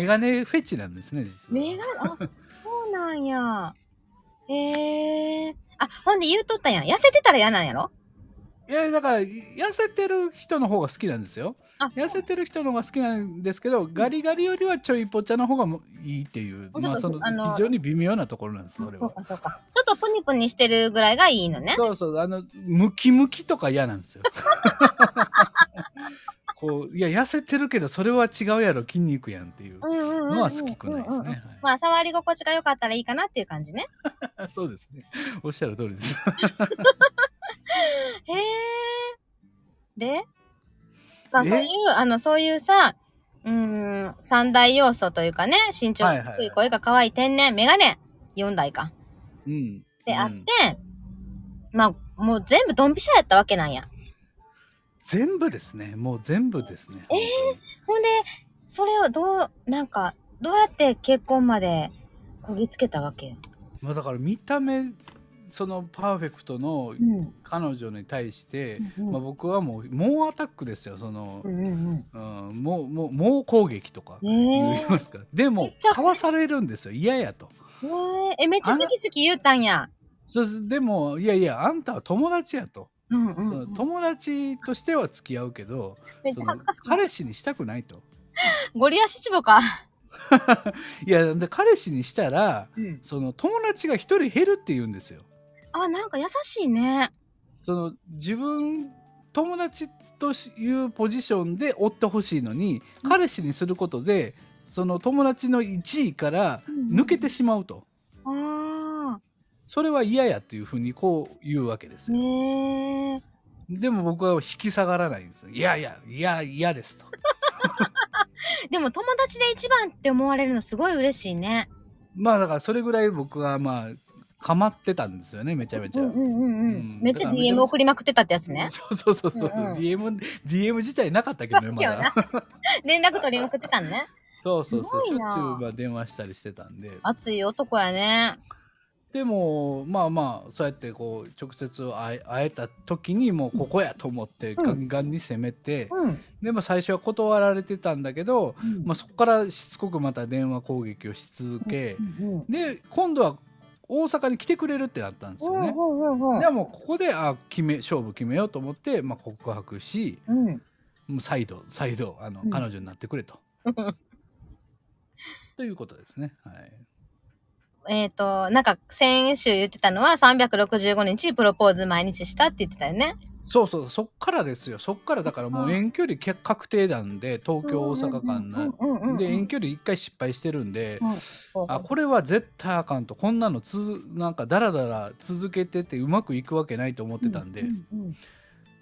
[SPEAKER 2] メガネフェチなんですね実は
[SPEAKER 1] メガあ、そうなんや。へえ。あ、ほんで言うとったやん。痩せてたら嫌なんやろ
[SPEAKER 2] いやだから痩せてる人の方が好きなんですよ
[SPEAKER 1] あ
[SPEAKER 2] 痩せてる人の方が好きなんですけどガリガリよりはちょいぽちゃの方がもういいっていう
[SPEAKER 1] ちょっと
[SPEAKER 2] まあその
[SPEAKER 1] あの
[SPEAKER 2] 非常に微妙なところなんですそれ
[SPEAKER 1] そう
[SPEAKER 2] は
[SPEAKER 1] かそうか。ちょっとプニプニしてるぐらいがいいのね。
[SPEAKER 2] そうそう、あの、ムキムキとか嫌なんで すよ。こう、いや、痩せてるけど、それは違うやろ、筋肉やんっていう
[SPEAKER 1] うんうんうんうん。
[SPEAKER 2] のは好きくないですね。
[SPEAKER 1] まあ、触り心地が良かったらいいかなっていう感じね。
[SPEAKER 2] はい、 そうですね。おっしゃる通りです。
[SPEAKER 1] へえ。で、まあ、
[SPEAKER 2] え
[SPEAKER 1] そういう、あの、そういうさ、うーん、三大要素というかね、身長が
[SPEAKER 2] はいはい
[SPEAKER 1] 低、
[SPEAKER 2] はいい
[SPEAKER 1] 声が可愛い、天然、メガネ、四台か。
[SPEAKER 2] うん。
[SPEAKER 1] で、あっ
[SPEAKER 2] う
[SPEAKER 1] て
[SPEAKER 2] ん、
[SPEAKER 1] まあ、もう全部ドンピシャやったわけなんや。
[SPEAKER 2] 全部ですね。もう全部ですね。
[SPEAKER 1] えほんで、それをどう、なんか、どうやって結婚までこぎつけたわけよ。
[SPEAKER 2] まあだから見た目、そのパーフェクトの
[SPEAKER 1] うん。
[SPEAKER 2] 彼女に対して、
[SPEAKER 1] うん
[SPEAKER 2] まあ、僕はもう、猛アタックですよ。その
[SPEAKER 1] う、んうん
[SPEAKER 2] うん、もう、もう、猛攻撃とか
[SPEAKER 1] うん。。ね
[SPEAKER 2] 言いますか。で
[SPEAKER 1] め
[SPEAKER 2] も
[SPEAKER 1] っちゃ、
[SPEAKER 2] かわされるんですよ。嫌やと。
[SPEAKER 1] え。ねえ。え、めっちゃ好き好き言うたんや。
[SPEAKER 2] そうすでも、いやいや、あんたは友達やと。
[SPEAKER 1] うんう
[SPEAKER 2] そ
[SPEAKER 1] んう
[SPEAKER 2] の
[SPEAKER 1] ん。
[SPEAKER 2] 友達としては付き合うけど、
[SPEAKER 1] めっち
[SPEAKER 2] そ
[SPEAKER 1] ゃ恥
[SPEAKER 2] の
[SPEAKER 1] ずかしくない。
[SPEAKER 2] 彼氏にしたくないと。
[SPEAKER 1] ゴリアシチボか。
[SPEAKER 2] いや、で彼氏にしたら、
[SPEAKER 1] うん。
[SPEAKER 2] その友達が一人減るって言うんですよ。
[SPEAKER 1] あ、なんか優しいね。
[SPEAKER 2] その自分友達というポジションで追ってほしいのに、
[SPEAKER 1] うん
[SPEAKER 2] 彼氏にすることでその友達の1位から抜けてしまうと、
[SPEAKER 1] あ
[SPEAKER 2] それは嫌やというふうにこう言うわけです
[SPEAKER 1] あ。
[SPEAKER 2] よ、
[SPEAKER 1] ねえ。
[SPEAKER 2] でも僕は引き下がらないんですよいやいやいや嫌ですと
[SPEAKER 1] でも友達で一番って思われるのすごい嬉しいね。
[SPEAKER 2] まあだからそれぐらい僕はまあかまってたんですよねめちゃめち
[SPEAKER 1] う
[SPEAKER 2] ゃ、
[SPEAKER 1] んうんうんう
[SPEAKER 2] うんん。
[SPEAKER 1] めっちゃ
[SPEAKER 2] だから
[SPEAKER 1] DM 送りまくってたってやつね。
[SPEAKER 2] そうそうそうそう、
[SPEAKER 1] うんうん
[SPEAKER 2] DM, DM 自体なかったけ
[SPEAKER 1] そ
[SPEAKER 2] ど
[SPEAKER 1] う
[SPEAKER 2] ねま
[SPEAKER 1] よな
[SPEAKER 2] だ。
[SPEAKER 1] 連絡取りまくってたんね。
[SPEAKER 2] そうそうそう
[SPEAKER 1] す
[SPEAKER 2] し
[SPEAKER 1] ごい
[SPEAKER 2] ょっ
[SPEAKER 1] な
[SPEAKER 2] ちゅうまあ電話したりしてたんで
[SPEAKER 1] 熱い男やね。
[SPEAKER 2] でもまあまあそうやってこう直接会え会えた時にもうここやと思って
[SPEAKER 1] うん
[SPEAKER 2] ガンガンに攻めて、
[SPEAKER 1] うん。
[SPEAKER 2] でも最初は断られてたんだけど、
[SPEAKER 1] うん
[SPEAKER 2] まあ、そこからしつこくまた電話攻撃をし続け、
[SPEAKER 1] うんうん
[SPEAKER 2] で今度は大阪に来てくれるってなったんですよね。
[SPEAKER 1] ほうほうほう
[SPEAKER 2] じゃあもうここであ決め勝負決めようと思って、まあ、告白し
[SPEAKER 1] ほう。うん。
[SPEAKER 2] もう再度再度あの、
[SPEAKER 1] うん
[SPEAKER 2] 彼女になってく れと。ということですね。はい、
[SPEAKER 1] えっ、と、なんか先週言ってたのは365日プロポーズ毎日したって言ってたよね。
[SPEAKER 2] そうそうそっからですよそっからだからも
[SPEAKER 1] あ
[SPEAKER 2] う
[SPEAKER 1] ー
[SPEAKER 2] 遠距離け確定なんで東京大阪間な
[SPEAKER 1] うんうんうんうんうんうん
[SPEAKER 2] で遠距離一回失敗してるんで、
[SPEAKER 1] うんほうほ
[SPEAKER 2] あ
[SPEAKER 1] う
[SPEAKER 2] これは絶対あかんとこんなのつなんかダラダラ続けててうまくいくわけないと思ってたんで、
[SPEAKER 1] うんうんうん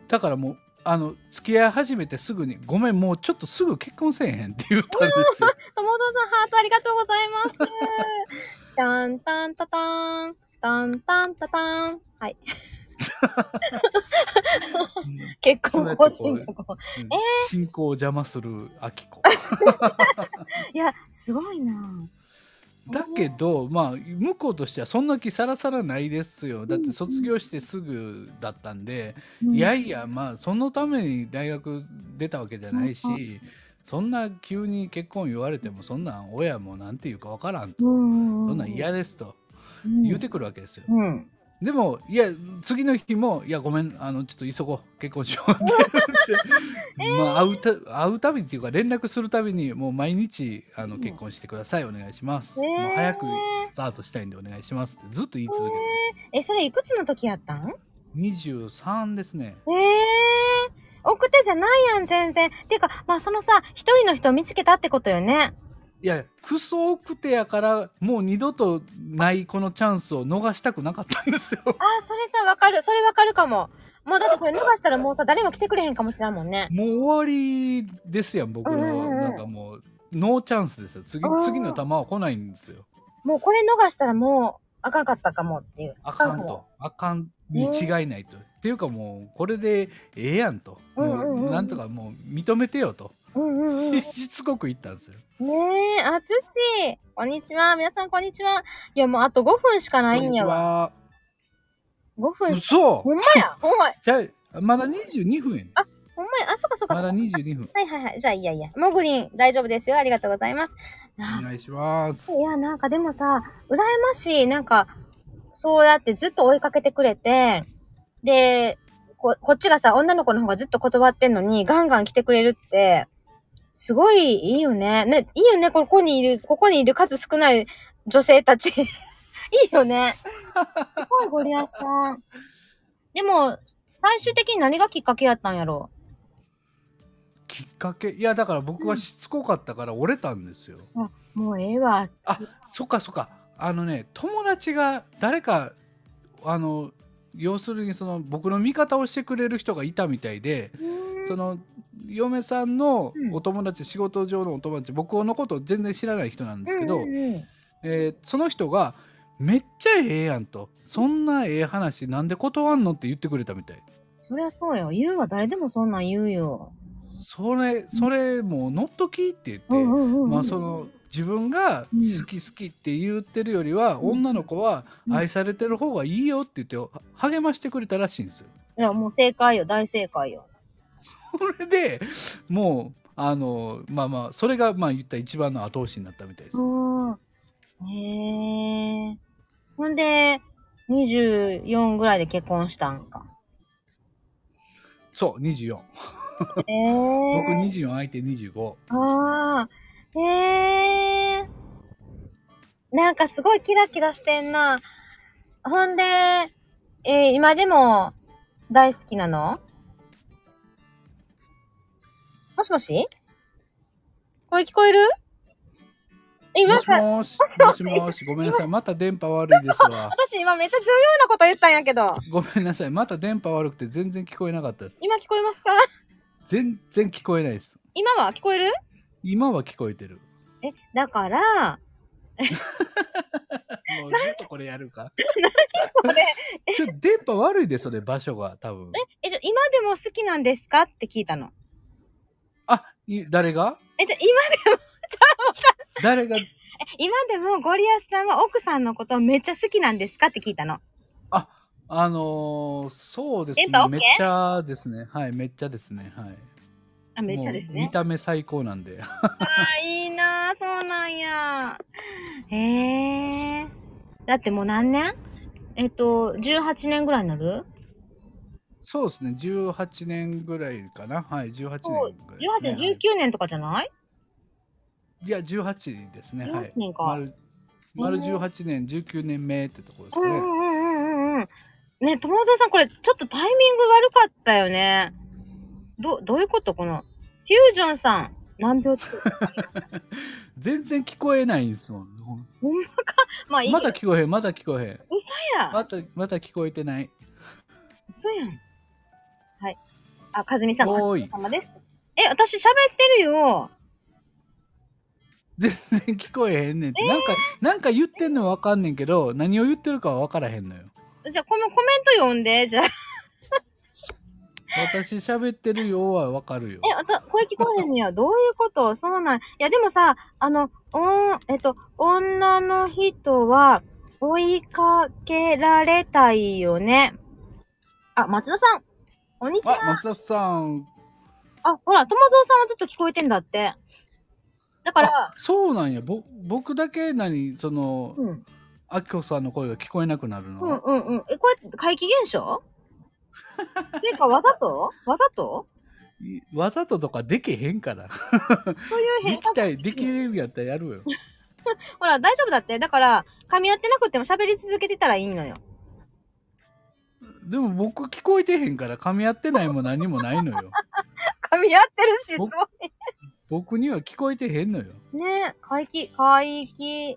[SPEAKER 2] だからもうあの付き合い始めてすぐに「ごめんもうちょっとすぐ結婚せえへん」って言ったんですよ。
[SPEAKER 1] 友蔵さん、ハートありがとうございます。タンタンタタン、タンタンタタン。はい。結婚欲しいとこ。
[SPEAKER 2] うん進行を邪魔するアキコ。
[SPEAKER 1] いや、すごいな
[SPEAKER 2] だけど、まあ、向こうとしてはそんな気さらさらないですよ。だって卒業してすぐだったんで、いやいや、まあ、そのために大学出たわけじゃないし、
[SPEAKER 1] うん
[SPEAKER 2] そんな急に結婚言われても、そんなん親もなんていうかわからんと、
[SPEAKER 1] うん。
[SPEAKER 2] そんなん嫌ですと
[SPEAKER 1] うん
[SPEAKER 2] 言うてくるわけですよ。
[SPEAKER 1] うん。
[SPEAKER 2] でも、いや、次の日も、いや、ごめん、あの、ちょっと急ごう、結婚しようって 言って、まあ、会うた、会うたびっていうか、連絡するたびに、もう毎日、あ
[SPEAKER 1] う
[SPEAKER 2] の、
[SPEAKER 1] ん
[SPEAKER 2] 結婚してください、お願いします。
[SPEAKER 1] えー
[SPEAKER 2] もう早くスタートしたいんでお願いしますって、ずっと言い続けて
[SPEAKER 1] え、それいくつの時やったん
[SPEAKER 2] る、23ですね。
[SPEAKER 1] ええー、奥手じゃないやん、全然。ていうか、まあそのさ、一人の人を見つけたってことよね。
[SPEAKER 2] いや、クソ奥手やから、もう二度とないこのチャンスを逃したくなかったんで すよ。
[SPEAKER 1] ああ、それさ、わかる。それわかるかも。もうだってこれ逃したらもうさ、誰も来てくれへんかもしらんもんね。
[SPEAKER 2] もう終わりですやん、僕
[SPEAKER 1] うんう
[SPEAKER 2] の。
[SPEAKER 1] んうん
[SPEAKER 2] なんかもう、ノーチャンスですよ。次
[SPEAKER 1] あー、
[SPEAKER 2] 次の球は来ないんですよ。
[SPEAKER 1] もうこれ逃したらもう、あかんかったかもっていう。
[SPEAKER 2] あかんと。。あかんに違いないと。っていうかもう、これでええやんと。
[SPEAKER 1] うんうんうん
[SPEAKER 2] もうなんとかもう認めてよと。
[SPEAKER 1] うんうんうん。ね
[SPEAKER 2] しつこく言ったんですよ。
[SPEAKER 1] え、あつち、こんにちは。皆さんこんにちは。いや、もうあと5分しかない
[SPEAKER 2] こん
[SPEAKER 1] ん
[SPEAKER 2] にち
[SPEAKER 1] やわ。
[SPEAKER 2] は。
[SPEAKER 1] 5分。
[SPEAKER 2] 嘘
[SPEAKER 1] ほんまや。ほんまや。
[SPEAKER 2] じゃあまだ22分やん。
[SPEAKER 1] ほんまや。あ、そっかそっか
[SPEAKER 2] ま
[SPEAKER 1] そっか。
[SPEAKER 2] だ22分。
[SPEAKER 1] はいはいはい。じゃあ、いやいや。もぐりん、大丈夫ですよ。ありがとうございます。
[SPEAKER 2] お願いします。
[SPEAKER 1] いや、なんかでもさ、羨ましい。なんか、そうやってずっと追いかけてくれて、で、ここっちがさ、女の子の方がずっと断ってんのに、ガンガン来てくれるって、すごいいいよね。ね、いいよね。ここにいる、ここにいる数少ない女性たち。い いよね。すごいゴリアスさん。でも、最終的に何がきっかけやったんやろ
[SPEAKER 2] きっかけいやだから僕はしつこかったから折れたんですよ、
[SPEAKER 1] う。もうええわ。
[SPEAKER 2] そっかそっかあのね友達が誰かあの要するにその僕の味方をしてくれる人がいたみたいでその嫁さんの
[SPEAKER 1] うん
[SPEAKER 2] お友達、仕事上のお友達僕のこと全然知らない人なんですけど、
[SPEAKER 1] うんうんうん
[SPEAKER 2] えーその人が「めっちゃええやん」と「そんなええ話なんで断んの?」って言ってくれたみたい
[SPEAKER 1] そりゃそうよ。言うは誰でもそんなん言うよ。
[SPEAKER 2] それそれもう乗っときって言って、
[SPEAKER 1] うんうんうん。
[SPEAKER 2] まあその自分が好き好きって言ってるよりは、
[SPEAKER 1] うん
[SPEAKER 2] 女の子は
[SPEAKER 1] うん
[SPEAKER 2] 愛されてる方がいいよって言って励ましてくれたらしいんですよ。
[SPEAKER 1] いや、もう正解よ。大正解よ。
[SPEAKER 2] これでもうあのまあまあそれがまあ言った一番の後押しになったみたいです。
[SPEAKER 1] うん。へえ。ほんで、24ぐらいで結婚したんか。
[SPEAKER 2] そう24
[SPEAKER 1] ええ。
[SPEAKER 2] 僕24相手25。
[SPEAKER 1] ああ。へえ。なんかすごいキラキラしてんな。ほんで、えー今でも大好きなのもしもし声聞こえる今
[SPEAKER 2] もし
[SPEAKER 1] さ、
[SPEAKER 2] もし
[SPEAKER 1] もしもし
[SPEAKER 2] もしもしごめんなさいまた電波悪いですわ。
[SPEAKER 1] 私今めっちゃ重要なこと言ったんやけど。
[SPEAKER 2] ごめんなさいまた電波悪くて全然聞こえなかったです。
[SPEAKER 1] 今聞こえますか
[SPEAKER 2] 全然聞こえないです。
[SPEAKER 1] 今は聞こえる
[SPEAKER 2] 今は聞こえてる。
[SPEAKER 1] え、だから、
[SPEAKER 2] もうずっとこれやるか。
[SPEAKER 1] これ、
[SPEAKER 2] ちょっと電波悪いでそれ場所が多分。
[SPEAKER 1] え、じゃ今でも好きなんですかって聞いたの。
[SPEAKER 2] あ、い誰が
[SPEAKER 1] え、じゃ今
[SPEAKER 2] 誰が
[SPEAKER 1] 今でもゴリアスさんは奥さんのことめっちゃ好きなんですかって聞いたの。
[SPEAKER 2] あのー、そうです
[SPEAKER 1] 電波 OK？
[SPEAKER 2] ね。めっちゃですね。はい、めっちゃですね。はい。
[SPEAKER 1] あ、めっちゃです
[SPEAKER 2] もう見
[SPEAKER 1] ね。
[SPEAKER 2] た目最高なんで。
[SPEAKER 1] あ、いいなぁ、そうなんや。へえ。だってもう何年えっと、18年ぐらいになる
[SPEAKER 2] そうですね。18年ぐらいかな。はい、18年ぐ
[SPEAKER 1] ?18
[SPEAKER 2] らい、
[SPEAKER 1] 年、
[SPEAKER 2] ね。
[SPEAKER 1] 19年とかじゃない
[SPEAKER 2] いや、18ですね。はい
[SPEAKER 1] ?18。年か。
[SPEAKER 2] 丸丸18年、19年目ってとこです
[SPEAKER 1] う
[SPEAKER 2] か
[SPEAKER 1] んう
[SPEAKER 2] ね。
[SPEAKER 1] んうんうんうん。ね、友達さんこれちょっとタイミング悪かったよね。ど、どういうことこの、フュージョンさん、何秒つく
[SPEAKER 2] 全然聞こえないんですもん。
[SPEAKER 1] ほんまか。まあいい。
[SPEAKER 2] まだ聞こえへん、まだ聞こえへん。
[SPEAKER 1] 嘘や。
[SPEAKER 2] また、また聞こえてない。
[SPEAKER 1] そうやん。はい。あ、かずみさん、お
[SPEAKER 2] おー
[SPEAKER 1] 疲
[SPEAKER 2] い
[SPEAKER 1] れ様です。え、私喋ってるよ。
[SPEAKER 2] 全然聞こえへんねんって、なんかなんか言ってんのは分かんねんけど何を言ってるかは分からへんのよ
[SPEAKER 1] じゃあ、このコメント読んで、じゃあ。
[SPEAKER 2] 私喋ってるようは分かるよ
[SPEAKER 1] え、あと、声聞こえへんねや。どういうことそうなん。いや、でもさ、あの、おん、えっと、女の人は追いかけられたいよね。あ、松田さん。こんにち
[SPEAKER 2] あ
[SPEAKER 1] は。
[SPEAKER 2] 松田さん
[SPEAKER 1] あ、ほら、友蔵さんはずっと聞こえてんだって。だから、
[SPEAKER 2] そうなんやぼ僕だけ何その、
[SPEAKER 1] うん。
[SPEAKER 2] あきこさんの声が聞こえなくなるの、
[SPEAKER 1] うんうんうん。え、これ、怪奇現象ていうか、わざとわざと
[SPEAKER 2] いわざととかできへんから
[SPEAKER 1] そういう
[SPEAKER 2] で
[SPEAKER 1] 変
[SPEAKER 2] き
[SPEAKER 1] 化。
[SPEAKER 2] たいできるんやったらやるよ
[SPEAKER 1] ほら、大丈夫だって。だから、噛み合ってなくても喋り続けてたらいいのよ。
[SPEAKER 2] でも僕聞こえてへんから噛み合ってないも何もないの よ
[SPEAKER 1] 噛み合ってるし、すご
[SPEAKER 2] 僕
[SPEAKER 1] い。
[SPEAKER 2] 僕には聞こえてへんのよ
[SPEAKER 1] ねえ、怪奇、怪奇、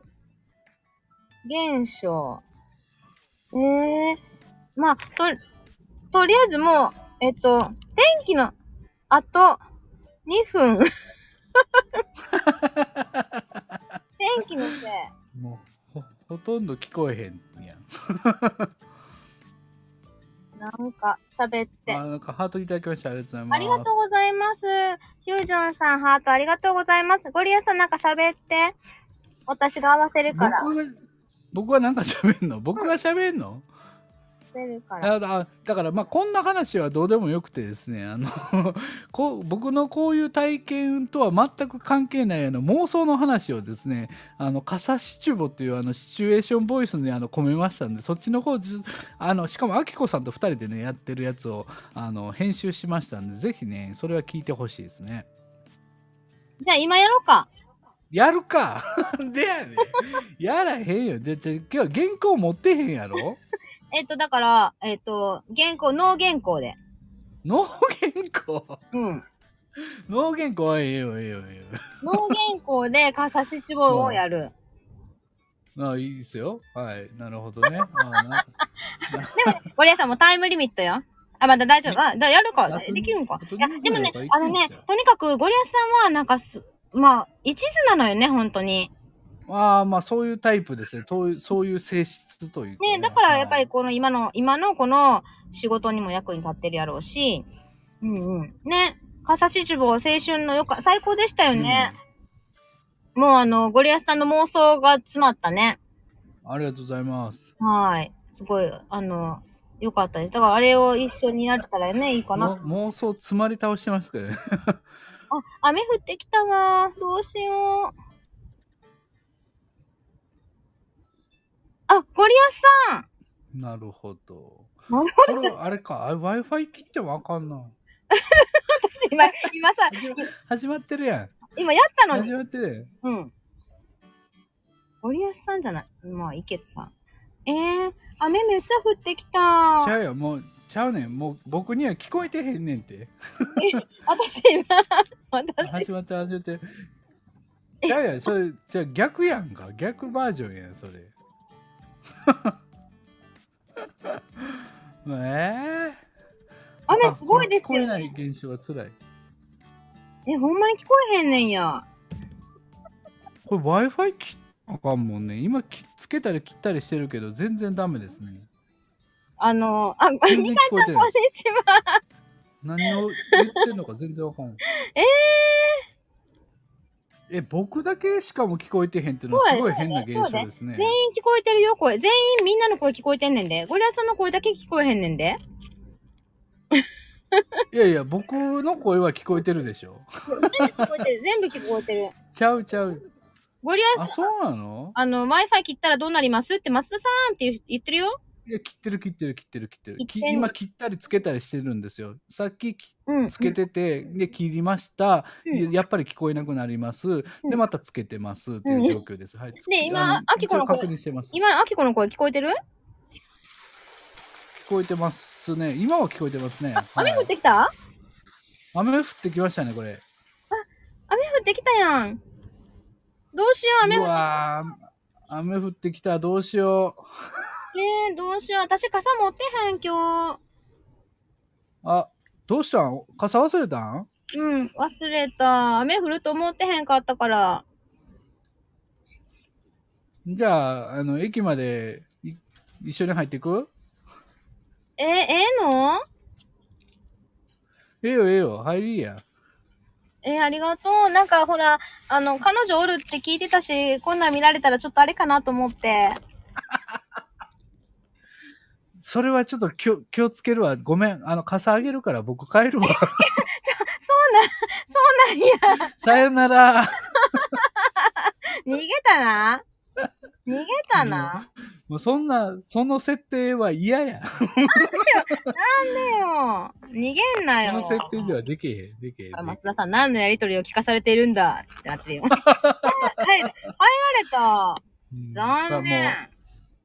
[SPEAKER 1] 現象。ええまあ、と、とりあえずもう、えっと、天気の、あと、2分。 天気のせい。
[SPEAKER 2] もうほほとんど聞こえへんやん
[SPEAKER 1] なんか、喋って。
[SPEAKER 2] あなんかハートいただきましたありがとうございます
[SPEAKER 1] ありがとうございます。ヒュージョンさん、ハートありがとうございます。ゴリアスさんなんか喋って。私が合わせるから。
[SPEAKER 2] 僕が僕はなんか喋んの僕が喋んの、
[SPEAKER 1] 合わせるから。
[SPEAKER 2] あだだからまあこんな話はどうでもよくてですねあの こう僕のこういう体験とは全く関係ないあの妄想の話をですねあのカサシチュボというあのシチュエーションボイスにあの込めましたんでそっちの方ずあのしかもあきこさんと2人でねやってるやつをあの編集しましたんでぜひねそれは聞いてほしいですね。
[SPEAKER 1] じゃあ今やろうか。
[SPEAKER 2] やるか でやねんやらへんよでじゃあ今日は原稿持ってへんやろ
[SPEAKER 1] えっと、だから、えっと、原稿、ノー原稿で。
[SPEAKER 2] 脳原稿
[SPEAKER 1] うん。
[SPEAKER 2] 脳原稿はええよええよえ
[SPEAKER 1] ノー原稿で、カサシチボをやる。
[SPEAKER 2] えよあいいですよはいなるほどねあな
[SPEAKER 1] ゴリアスさんもタイムリミットよ。あ、まだ大丈夫。あ、だやるか。
[SPEAKER 2] あと
[SPEAKER 1] できるんか
[SPEAKER 2] あ。と
[SPEAKER 1] いや、
[SPEAKER 2] 二分
[SPEAKER 1] でもね
[SPEAKER 2] やからい、け
[SPEAKER 1] あ
[SPEAKER 2] る
[SPEAKER 1] の
[SPEAKER 2] んちゃう
[SPEAKER 1] ね、とにかくゴリアスさんは、なんかす、まあ、一途なのよね、本当に。
[SPEAKER 2] ああ、まあそういうタイプですね。そういうそういう性質というかね、
[SPEAKER 1] ね、だからやっぱ
[SPEAKER 2] はい
[SPEAKER 1] りこの今の、今のこの仕事にも役に立ってるやろうし、うんうん。ね、笠し坊青春のよか、最高でしたよね。もうあの、ゴリアスさんの妄想が詰まったね。
[SPEAKER 2] ありがとうございます。
[SPEAKER 1] はい。すごい、あの、よかったです。だからあれを一緒にやれたらね、いいかな。
[SPEAKER 2] も妄想詰まり倒してますけどね。
[SPEAKER 1] あ、雨降ってきたわ。どうしよう。あ、ゴリアスさん
[SPEAKER 2] なるほど。
[SPEAKER 1] なる
[SPEAKER 2] これあれか、あ Wi-Fi 切ってもあかんな。
[SPEAKER 1] 私 今、今さ、
[SPEAKER 2] 始まってるやん。
[SPEAKER 1] 今やったのに
[SPEAKER 2] 始まってる
[SPEAKER 1] うん。ゴリアスさんじゃない。まあ、いいけどさ。えー、雨めっちゃ降ってき
[SPEAKER 2] やん。
[SPEAKER 1] た
[SPEAKER 2] ち。ゃうよ、もう、ちゃうねん。もう僕には聞こえてへんねんて。
[SPEAKER 1] 私、今、私、
[SPEAKER 2] 始まってる始まってる。ちゃうやん、それ、じゃあ逆やんか。逆バージョンやん、それ。 ええ
[SPEAKER 1] 雨すごいです
[SPEAKER 2] あこれ聞
[SPEAKER 1] よ。
[SPEAKER 2] こえない現象はつらい。
[SPEAKER 1] え、ほんまに聞こえへんねんや。
[SPEAKER 2] これ Wi-Fi 切あかんもんね。今きつけたり切ったりしてるけど、全然ダメですね。
[SPEAKER 1] あの、あ、みかんちゃん
[SPEAKER 2] 全然聞こえ て
[SPEAKER 1] こん
[SPEAKER 2] な
[SPEAKER 1] に
[SPEAKER 2] い
[SPEAKER 1] ちは。
[SPEAKER 2] 何を言ってんのか全然わかんない。
[SPEAKER 1] え
[SPEAKER 2] え、僕だけしかも聞こえてへんっていうのは
[SPEAKER 1] そ
[SPEAKER 2] す
[SPEAKER 1] う
[SPEAKER 2] ご
[SPEAKER 1] や
[SPEAKER 2] い
[SPEAKER 1] ね
[SPEAKER 2] 変な現象ですね。
[SPEAKER 1] 全員聞こえてるよ、声。全員みんなの声聞こえてんねんで。ゴリアスさんの声だけ聞こえへんねんで。
[SPEAKER 2] いやいや、僕の声は聞こえてるでしょ。
[SPEAKER 1] 聞こえてる。全部聞こえてる。
[SPEAKER 2] ちゃうち ゃう。
[SPEAKER 1] ゴリア
[SPEAKER 2] あ、
[SPEAKER 1] ス、
[SPEAKER 2] そうなの
[SPEAKER 1] あの、Wi-Fi 切ったらどうなりますって松田さんって言う言ってるよ。
[SPEAKER 2] いや、切ってる切ってる切ってる切ってる。
[SPEAKER 1] 切って
[SPEAKER 2] き
[SPEAKER 1] んの
[SPEAKER 2] 今切ったりつけたりしてるんですよ。さっきき
[SPEAKER 1] うん
[SPEAKER 2] つけてて、で、切りました。
[SPEAKER 1] うん
[SPEAKER 2] やっぱり聞こえなくなります。で、またつけてますっていう状況です。はい。つ
[SPEAKER 1] で今
[SPEAKER 2] あの
[SPEAKER 1] あきこの
[SPEAKER 2] 一応確
[SPEAKER 1] 声
[SPEAKER 2] 認してます。聞
[SPEAKER 1] 今、アキコの声聞こえてる
[SPEAKER 2] こえてますね。今は聞こえてますね。
[SPEAKER 1] 雨降
[SPEAKER 2] はい
[SPEAKER 1] ってきた
[SPEAKER 2] 雨降ってきましたね、これ。
[SPEAKER 1] 雨降ってきたやん。どうしよう、雨降
[SPEAKER 2] う
[SPEAKER 1] っ
[SPEAKER 2] わー雨降ってきたどうしよう
[SPEAKER 1] て。ねえ、どうしよう。私傘持ってへん、今
[SPEAKER 2] あどうしたん傘忘れたん
[SPEAKER 1] 日。うん、忘れた。雨降ると思ってへんかったから。
[SPEAKER 2] じゃああの駅までい一緒に入っていく
[SPEAKER 1] え、ええの
[SPEAKER 2] ええよええよ入りや
[SPEAKER 1] え、ありがとう。なんかほら、あの、彼女おるって聞いてたし、こんなん見られたらちょっとあれかなと思って。
[SPEAKER 2] それはちょっと気を気をつけるわごめんあの傘あげるから僕帰 るわ
[SPEAKER 1] いや、
[SPEAKER 2] さよなら
[SPEAKER 1] 逃げたな。逃げたな。
[SPEAKER 2] もうそんなその設定は嫌や
[SPEAKER 1] ねえよ。逃げんなよ。
[SPEAKER 2] その設定ではできへんできへん
[SPEAKER 1] あ松田さん、何のやりとりを聞かされているんだってなってるよ。はい、入られた。
[SPEAKER 2] うんだから
[SPEAKER 1] 残念
[SPEAKER 2] も。う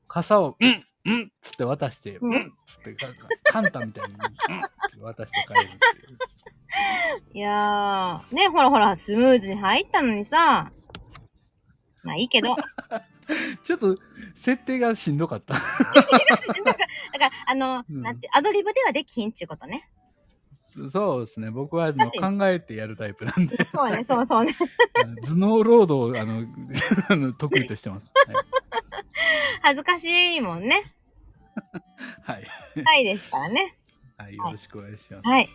[SPEAKER 2] 傘をうんうんっつって渡して、
[SPEAKER 1] うん
[SPEAKER 2] うんっつってかカンタみたいに、うんって渡して帰るっていう。
[SPEAKER 1] いやー、ね、ほらほら、スムーズに入ったのにさ。まあいい けど。だか
[SPEAKER 2] ちょっと設定がしんどかった。
[SPEAKER 1] ら、あの、
[SPEAKER 2] うん
[SPEAKER 1] なんて、アドリブではできひんちゅうこと ね。
[SPEAKER 2] そうですね。僕はもう
[SPEAKER 1] 確か
[SPEAKER 2] 考えてやるタイプなんで、
[SPEAKER 1] そうね、そうそうね。
[SPEAKER 2] あの頭脳労働をあの あの得意としてます。
[SPEAKER 1] 恥ずかしいもんね。
[SPEAKER 2] はい。はい
[SPEAKER 1] はいですからね。
[SPEAKER 2] はい。よろしくお願いします。
[SPEAKER 1] はい。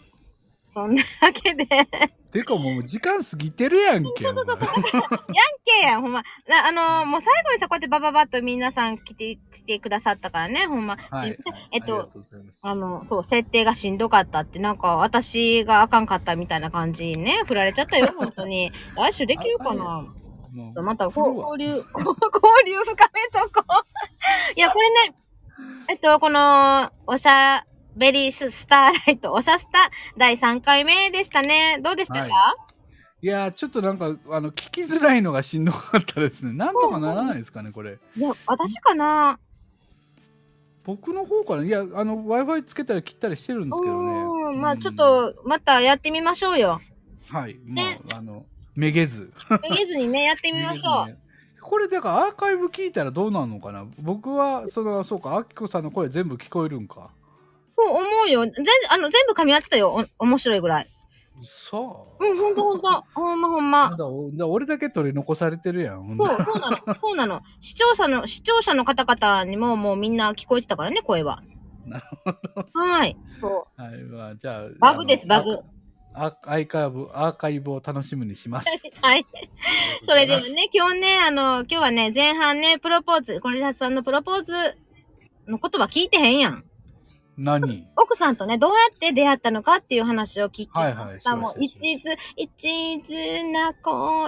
[SPEAKER 1] そんなわけで。ヤン
[SPEAKER 2] てかもう時間過ぎてるやんけ。そうそうそう。
[SPEAKER 1] ケやん、ほんま。なあのーもう最後にさ、こうやってバババッと皆さん来て、来てくださったからね、ほんま。
[SPEAKER 2] はい。
[SPEAKER 1] えっと
[SPEAKER 2] ありがとうございます。
[SPEAKER 1] あの、そう、設定がしんどかったって、なんか、私があかんかったみたいな感じにね、振られちゃったよ、本当に。来週できるかな
[SPEAKER 2] も
[SPEAKER 1] また、
[SPEAKER 2] 振るわ
[SPEAKER 1] こう交流、 こう交流深めとこう。 いや、これね、えっと、この、おしゃべりスターライト、おしゃスタ第3回目でしたね。どうでしたか、
[SPEAKER 2] はういやーちょっとなんかあの聞きづらいのがしんどかったですね。なんとかならないですかねこれ。
[SPEAKER 1] い、や、私かな
[SPEAKER 2] 僕の方からいやあの Wi-Fi つけたり切ったりしてるんですけどね。
[SPEAKER 1] うん、まあ
[SPEAKER 2] うん
[SPEAKER 1] ちょっ。と、またやってみましょう よ。
[SPEAKER 2] はい。も
[SPEAKER 1] ね
[SPEAKER 2] うあのめげず。
[SPEAKER 1] めげずにね、やってみましょう。
[SPEAKER 2] ねこれだからアーカイブ聞いたらどうなるのかな僕はそのそうかあきこさんの声全部聞こえるんか
[SPEAKER 1] そう思うよ。全、あの、全部噛み合ってたよ。お面白いぐらい。
[SPEAKER 2] そう。
[SPEAKER 1] うん、ほんとほんと。ほんまほんま
[SPEAKER 2] なん。だおだ俺だけ取り残されてるやん。ほん
[SPEAKER 1] そ
[SPEAKER 2] な
[SPEAKER 1] う、そうなの。そうなの。視聴者の、視聴者の方々にももうみんな聞こえてたからね、声は。
[SPEAKER 2] なる
[SPEAKER 1] ほど。はい。そう。
[SPEAKER 2] はい、まあ、じゃあ。
[SPEAKER 1] バグです、
[SPEAKER 2] あ
[SPEAKER 1] バ
[SPEAKER 2] の
[SPEAKER 1] グ。
[SPEAKER 2] あアーカイブ、アーカイブを楽しみに します。
[SPEAKER 1] はい。それではね、今日ね、あの、今日はね、前半ね、プロポーズ、これださんのプロポーズの言葉聞いてへんやん。
[SPEAKER 2] 何
[SPEAKER 1] 奥さんとね、どうやって出会ったのかっていう話を聞き
[SPEAKER 2] はいは
[SPEAKER 1] ま
[SPEAKER 2] い
[SPEAKER 1] した。もう、
[SPEAKER 2] そうで
[SPEAKER 1] 一
[SPEAKER 2] すそう
[SPEAKER 1] 途、一途な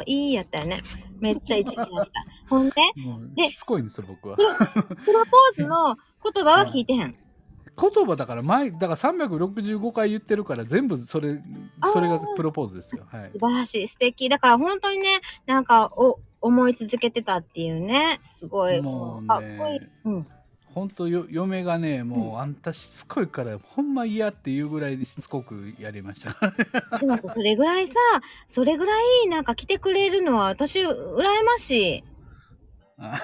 [SPEAKER 1] 恋やったよね。めっちゃ一途やった。ほんで、
[SPEAKER 2] もう
[SPEAKER 1] え
[SPEAKER 2] しつこいんですよ、僕は。
[SPEAKER 1] プロポーズの言葉は聞いてへん。
[SPEAKER 2] 言葉だから前、だから365回言ってるから、全部それ
[SPEAKER 1] あ、ー
[SPEAKER 2] それがプロポーズですよ。はい
[SPEAKER 1] 素。晴らしい、素敵。だから本当にね、なんか、お、思い続けてたっていうね、すごい。
[SPEAKER 2] もう
[SPEAKER 1] かっこいい。
[SPEAKER 2] ね、
[SPEAKER 1] うん。
[SPEAKER 2] ほんとよ嫁がね、もうあんたしつこいから、ほんま嫌っていうぐらいしつこくやりました から。
[SPEAKER 1] でもさ、それぐらいさ、それぐらいなんか来てくれるのは私、羨ましい。
[SPEAKER 2] あ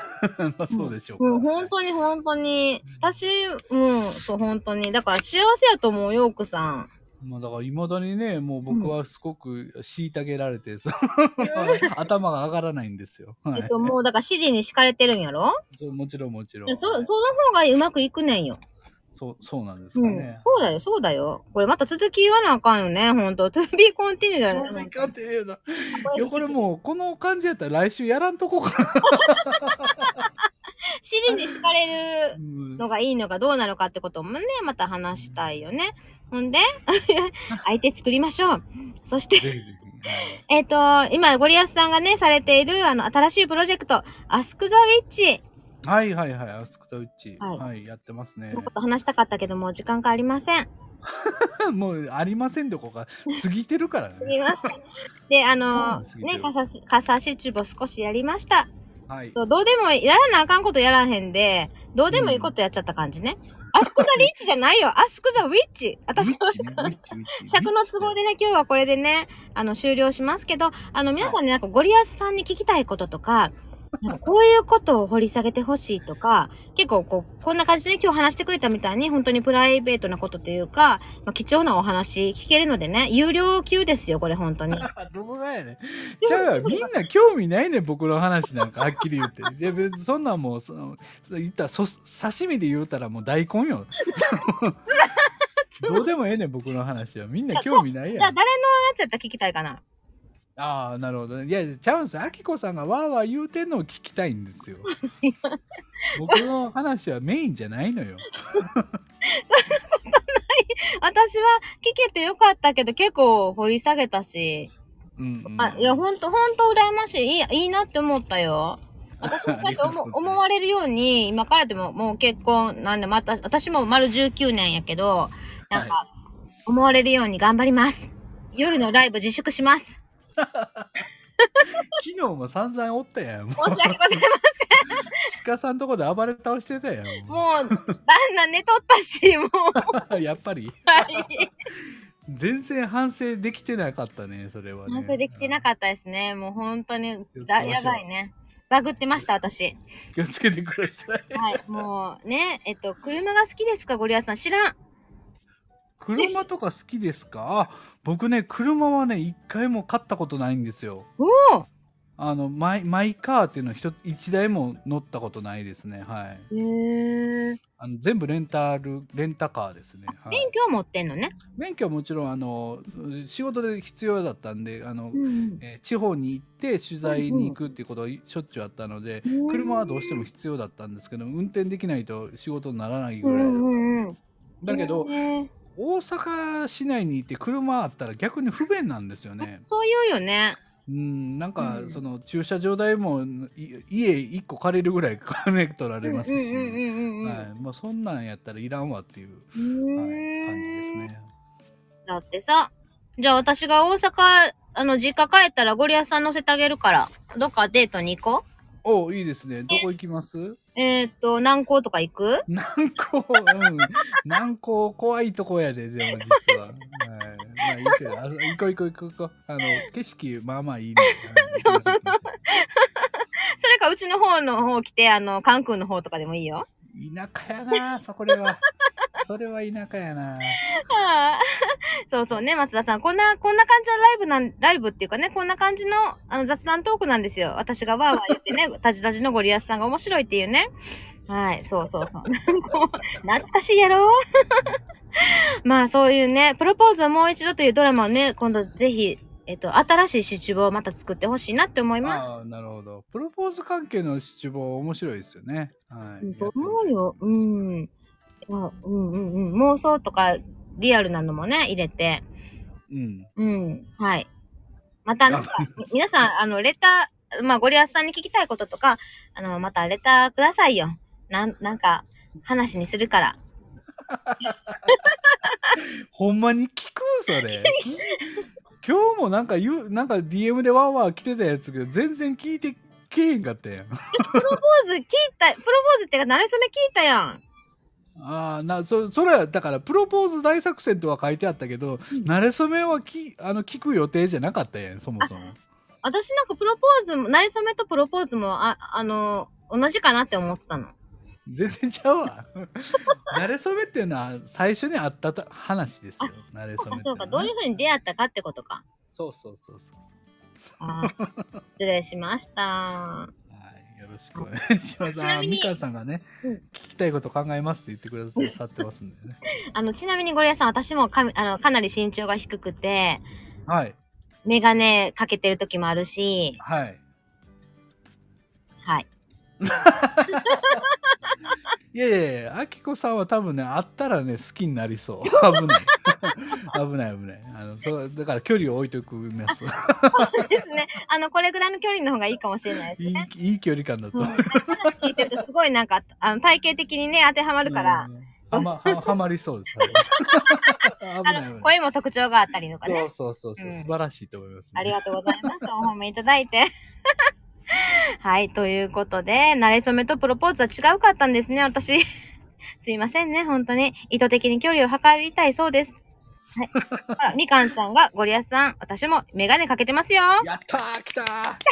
[SPEAKER 2] まあそうでしょうか。
[SPEAKER 1] もう本当に本当に。私、うん、そう本当に。だから幸せやと思うよ、奥さん。
[SPEAKER 2] まあだからいまだにね、もう僕はすごく虐げられて、その 頭が上がらないんですよ。 は
[SPEAKER 1] え
[SPEAKER 2] い
[SPEAKER 1] っと、もうだから尻に敷かれてるんやろ
[SPEAKER 2] そうもちろんもちろん。
[SPEAKER 1] そ、そ
[SPEAKER 2] はい
[SPEAKER 1] の方がうまくいくねんよ。
[SPEAKER 2] そうそうなんです
[SPEAKER 1] う
[SPEAKER 2] か
[SPEAKER 1] ん
[SPEAKER 2] ね。。
[SPEAKER 1] そうだよ、そうだよ。これまた続き言わなあかんよね、ほんと。to be continued だ
[SPEAKER 2] そ
[SPEAKER 1] よ
[SPEAKER 2] う
[SPEAKER 1] ね。
[SPEAKER 2] いかんって言うないいやこれもうこの感じやったら来週やらんとこかな。
[SPEAKER 1] 尻に敷かれる
[SPEAKER 2] うん
[SPEAKER 1] のがいいのかどうなのかってこともね、また話したいよね。ほんで、 相手作りましょう。そして、
[SPEAKER 2] ぜひぜひはい
[SPEAKER 1] えっ、と、今、ゴリアスさんがね、されている、あの、新しいプロジェクト、アスク・ザ・ウィッチ
[SPEAKER 2] はいはいはい、アスクタウッチ、
[SPEAKER 1] はい
[SPEAKER 2] はい、やってますね
[SPEAKER 1] の。こと話したかったけども、時間がありません。
[SPEAKER 2] もうありませんどこか、過ぎてるから
[SPEAKER 1] すみ
[SPEAKER 2] ね。
[SPEAKER 1] ません。で、あの、
[SPEAKER 2] そうなんです
[SPEAKER 1] ね、かさし、かさしちぼ少しやりました。
[SPEAKER 2] はい。
[SPEAKER 1] そうどうでもいいやらなあかんことやらへんで、どうでもいいことやっちゃった感じね。アスク・ザ・リッチじゃないよ。アスク・ザ・ウィッチ。私の
[SPEAKER 2] ウィッチねウィッチウィッチ
[SPEAKER 1] 尺の都合でね、今日はこれでね、あの、終了しますけど、あの、皆さんね、なんかゴリアスさんに聞きたいこととか、なんかこういうことを掘り下げてほしいとか、結構こう、こんな感じで今日話してくれたみたいに、本当にプライベートなことというか、まあ、貴重なお話聞けるのでね、有料級ですよ、これ本当に。
[SPEAKER 2] あどこがやねん。じゃあみんな興味ないねん僕の話なんかはっきり言って。で別にそんなんもうそのその言ったらそ刺身で言うたらもう大根 よ。どうでもええねん僕の話はみんな興味ない
[SPEAKER 1] じゃ
[SPEAKER 2] や
[SPEAKER 1] あ、誰
[SPEAKER 2] ん
[SPEAKER 1] のやつやったら聞きたいかな。
[SPEAKER 2] ああなるほどねいやちゃうんですあきこさんがわーわー言うてんのを聞きたい んですよ僕の話はメインじゃないのよ
[SPEAKER 1] 私は聞けてよかったけど、結構掘り下げたし、
[SPEAKER 2] うん、うん、
[SPEAKER 1] あ、いや、ほんと、ほんと羨ましい。いい、いいなって思ったよ。私も
[SPEAKER 2] あ
[SPEAKER 1] そう
[SPEAKER 2] り
[SPEAKER 1] や
[SPEAKER 2] が
[SPEAKER 1] っ
[SPEAKER 2] とう
[SPEAKER 1] て思
[SPEAKER 2] ございます
[SPEAKER 1] 思われるように、今からでももう結婚、なんで、また、私も丸19年やけど、なん
[SPEAKER 2] は
[SPEAKER 1] か、思われるように頑張ります。夜のライブ自粛します。
[SPEAKER 2] 昨日も散々おったやんもう
[SPEAKER 1] 申し訳ございま
[SPEAKER 2] 鹿さんとこで暴れ倒してたやんも
[SPEAKER 1] せ ん。もう、旦那寝とったし、もう、
[SPEAKER 2] うやっぱり
[SPEAKER 1] はい。
[SPEAKER 2] 全然反省できてなかったねそれはね
[SPEAKER 1] 反省できてな
[SPEAKER 2] っ
[SPEAKER 1] かったですね。もう本当に、だやばいね。バグってました、私。
[SPEAKER 2] た気をつけてください
[SPEAKER 1] はい、もう、ね、えっと、車が好きですか、ゴリアスさん。知らん。
[SPEAKER 2] 車とか好きですかあ僕ね車はね一回も買ったことないんですよ
[SPEAKER 1] おお
[SPEAKER 2] あのマイマイカーっていうのは一つ一台も乗ったことないですねはい
[SPEAKER 1] へえ。
[SPEAKER 2] あの全部レンタルレンタカーですね、はい
[SPEAKER 1] 免許を持ってんのね。
[SPEAKER 2] 免許はもちろんあの仕事で必要だったんであの、
[SPEAKER 1] ん。
[SPEAKER 2] えー地方に行って取材に行くっていうことはしょっちゅうあったので、車はどうしても必要だったんですけど運転できないと仕事にならないぐ
[SPEAKER 1] う
[SPEAKER 2] らいだ,、
[SPEAKER 1] んうんうん。
[SPEAKER 2] けど、
[SPEAKER 1] へー
[SPEAKER 2] 大阪市内に行って車あったら逆に不便なんですよね。
[SPEAKER 1] そう言うよね。
[SPEAKER 2] うん、なんか、
[SPEAKER 1] うん
[SPEAKER 2] その駐車場代もい家1個借りるぐらい金取られますし、
[SPEAKER 1] うんうんうんうんうんうん。
[SPEAKER 2] はいまあ、そんなんやったらいらんわっていう、
[SPEAKER 1] う
[SPEAKER 2] はい、
[SPEAKER 1] ーん
[SPEAKER 2] 感じですね。
[SPEAKER 1] だってさ、じゃあ私が大阪、あの、実家帰ったらゴリアスさん乗せてあげるから、どっかデートに行こう。
[SPEAKER 2] おいいですね。どこ行きます
[SPEAKER 1] えーっと、南港とか行く
[SPEAKER 2] 南港、うん。南港、怖いとこやで、でも実は。はい。まあいいけど、あ行こう行こう行こう行こう。あの、景色、まあまあいいね。はい行きましょう行きましょ
[SPEAKER 1] それかうちの方の方来て、あの、関空の方とかでもいいよ。
[SPEAKER 2] う田舎やな、そこでは。それは田舎やな。
[SPEAKER 1] あー そうそうね、松田さん。こんな、こんな感じのライブなん、ライブっていうかね、こんな感じのあの雑談トークなんですよ。私がわーわー言ってね、タジタジのゴリアスさんが面白いっていうね。はい、そうそうそう。なんかもう懐かしいやろ まあそういうね、プロポーズをもう一度というドラマをね、今度ぜひ、えっと、新しいシチューをまた作ってほしいなって思います。
[SPEAKER 2] ああ、なるほど。プロポーズ関係の七望面白いですよね。はい。
[SPEAKER 1] と思うよ。うん。いやうんうんうん。妄想とかリアルなのもね、入れて。
[SPEAKER 2] うん。
[SPEAKER 1] うん。はい。また、なんか皆さん、あの、レター、まあ、ゴリアスさんに聞きたいこととか、あの、またレターくださいよ。なん、なんか、話にするから。
[SPEAKER 2] ほんまに聞く それ。今日もなんか言う、なんか DM でわーわー来てたやつけど、全然聞いてけえへんかったやん。
[SPEAKER 1] プロポーズ聞いた、プロポーズってか、慣れそめ聞いたやん。
[SPEAKER 2] ああ、な、そ、それは、だから、プロポーズ大作戦とは書いてあったけど、慣れ初めはき、あの、聞く予定じゃなかったやん、そも そも。
[SPEAKER 1] 私なんかプロポーズも、慣れそめとプロポーズも、あ、あの、同じかなって思ったの。
[SPEAKER 2] 全然ちゃうわ。慣れ初めっていうのは、最初にあったた話ですよ。慣れ初めっていの
[SPEAKER 1] そう
[SPEAKER 2] はね
[SPEAKER 1] か、どういう風に出会ったかってことか。
[SPEAKER 2] そうそうそうそう。
[SPEAKER 1] あー 失礼しました。
[SPEAKER 2] はい、よろしくお願いします。
[SPEAKER 1] ちな
[SPEAKER 2] あ、
[SPEAKER 1] みに
[SPEAKER 2] みかんさんがね、
[SPEAKER 1] うん
[SPEAKER 2] 聞きたいこと考えますって言ってくださってますんでね。
[SPEAKER 1] あの、ちなみにゴリアスさん、私もか、あの、かなり身長が低くて、
[SPEAKER 2] はい、
[SPEAKER 1] メガネかけてる時もあるし、
[SPEAKER 2] はい。
[SPEAKER 1] はい。
[SPEAKER 2] いやいやいや、あきこさんは多分ね、会ったらね、好きにな りそう。危ない。 危ない危ない。あの、そう、だから距離を置いておきます。
[SPEAKER 1] ですね。あの、これぐらいの距離の方がいいかもしれないです
[SPEAKER 2] い
[SPEAKER 1] ね。
[SPEAKER 2] い、いい距離感だと
[SPEAKER 1] うん、
[SPEAKER 2] 思う。
[SPEAKER 1] 話聞いてるとすごいなんか、あの、体型的にね、当てはまるから
[SPEAKER 2] う、ん。はま、ははまりそう です。はい危
[SPEAKER 1] あ
[SPEAKER 2] な
[SPEAKER 1] の、
[SPEAKER 2] い危ない。
[SPEAKER 1] 声も特徴があったりとかね。
[SPEAKER 2] そうそうそうそう、
[SPEAKER 1] うん
[SPEAKER 2] 素晴らしいと思います、ね。
[SPEAKER 1] ありがとうございます。お褒めいただいて。 はい、ということで、慣れ初めとプロポーズは違うかったんですね、私。 すいませんね、本当に。意図的に距離を測りたいそうです。はい。 あら、みかんさんが、ゴリアスさん、私もメガネかけてますよ。
[SPEAKER 2] やったー来たー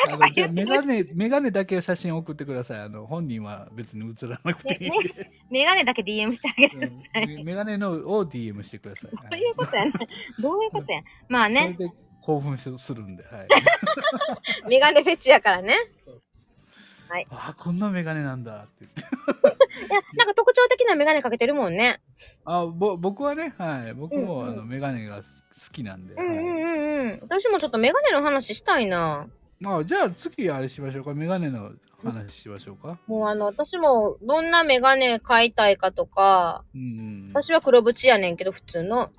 [SPEAKER 2] あの じゃあメガネ、メガネだけ写真送ってください。あの、本人は別に映らなく ていいんで。
[SPEAKER 1] メガネだけ DM してあげて。
[SPEAKER 2] うんメメガネのを DM してください。
[SPEAKER 1] どういうことやね。どういうことや。まあ
[SPEAKER 2] はい
[SPEAKER 1] ね、
[SPEAKER 2] それで興奮するん で、はい。
[SPEAKER 1] メガネフェチやからね。
[SPEAKER 2] あーこんなメガネなんだって言って。
[SPEAKER 1] いや、なんか特徴的なメガネかけてるもんね。
[SPEAKER 2] あぼ僕はね、はい。僕も、
[SPEAKER 1] うんうん
[SPEAKER 2] あのメガネがす好きなんで。
[SPEAKER 1] うんうん
[SPEAKER 2] はい
[SPEAKER 1] うんうん。私もちょっとメガネの話したいな。
[SPEAKER 2] まあ、じゃあ次あれしましょうか。メガネの話しましょうか。
[SPEAKER 1] もうあの、私もどんなメガネ買いたいかとか、
[SPEAKER 2] うんうん。あ
[SPEAKER 1] 私は黒縁やねんけど、普通の。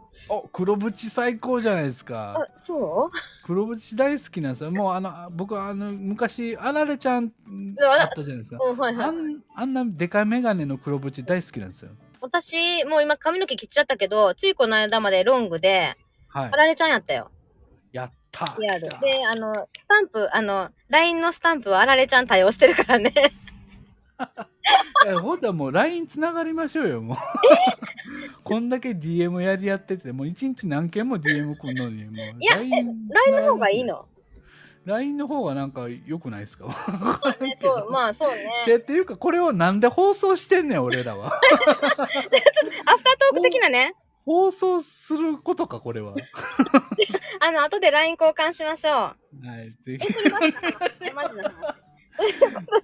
[SPEAKER 2] 黒縁最高じゃないですか。、
[SPEAKER 1] そう
[SPEAKER 2] 黒縁大好きなんですよ。もうあの僕はあの昔あられちゃん
[SPEAKER 1] あら
[SPEAKER 2] あったじゃないですか。
[SPEAKER 1] うん、はいは
[SPEAKER 2] あ
[SPEAKER 1] い。
[SPEAKER 2] んあんなでかいメガネの黒縁大好きなんですよ。
[SPEAKER 1] 私、もう今髪の毛切っちゃったけど、ついこの間までロングで、
[SPEAKER 2] はい
[SPEAKER 1] あ。られちゃんやったよ。
[SPEAKER 2] やったー。
[SPEAKER 1] リアル。で
[SPEAKER 2] 来た、
[SPEAKER 1] あの、スタンプ、あの、LINE のスタンプはあられちゃん対応してるから ね。
[SPEAKER 2] いやほんとはもう LINE つながりましょうよ、もう。 こんだけ DM やりやってて、もう一日何件も DM 来んのに、もう。
[SPEAKER 1] いや、え、
[SPEAKER 2] LINE
[SPEAKER 1] LINE の方がいいの
[SPEAKER 2] ?LINE の方がなんか良くないですか
[SPEAKER 1] そう、まあそう ね。
[SPEAKER 2] じゃっていうか、これをなんで放送してんねん、俺 らは。
[SPEAKER 1] アフタートーク的なね。
[SPEAKER 2] 放送することか、これは。
[SPEAKER 1] あの、後で LINE 交換しましょう。
[SPEAKER 2] はい、ぜひ。
[SPEAKER 1] えマジな話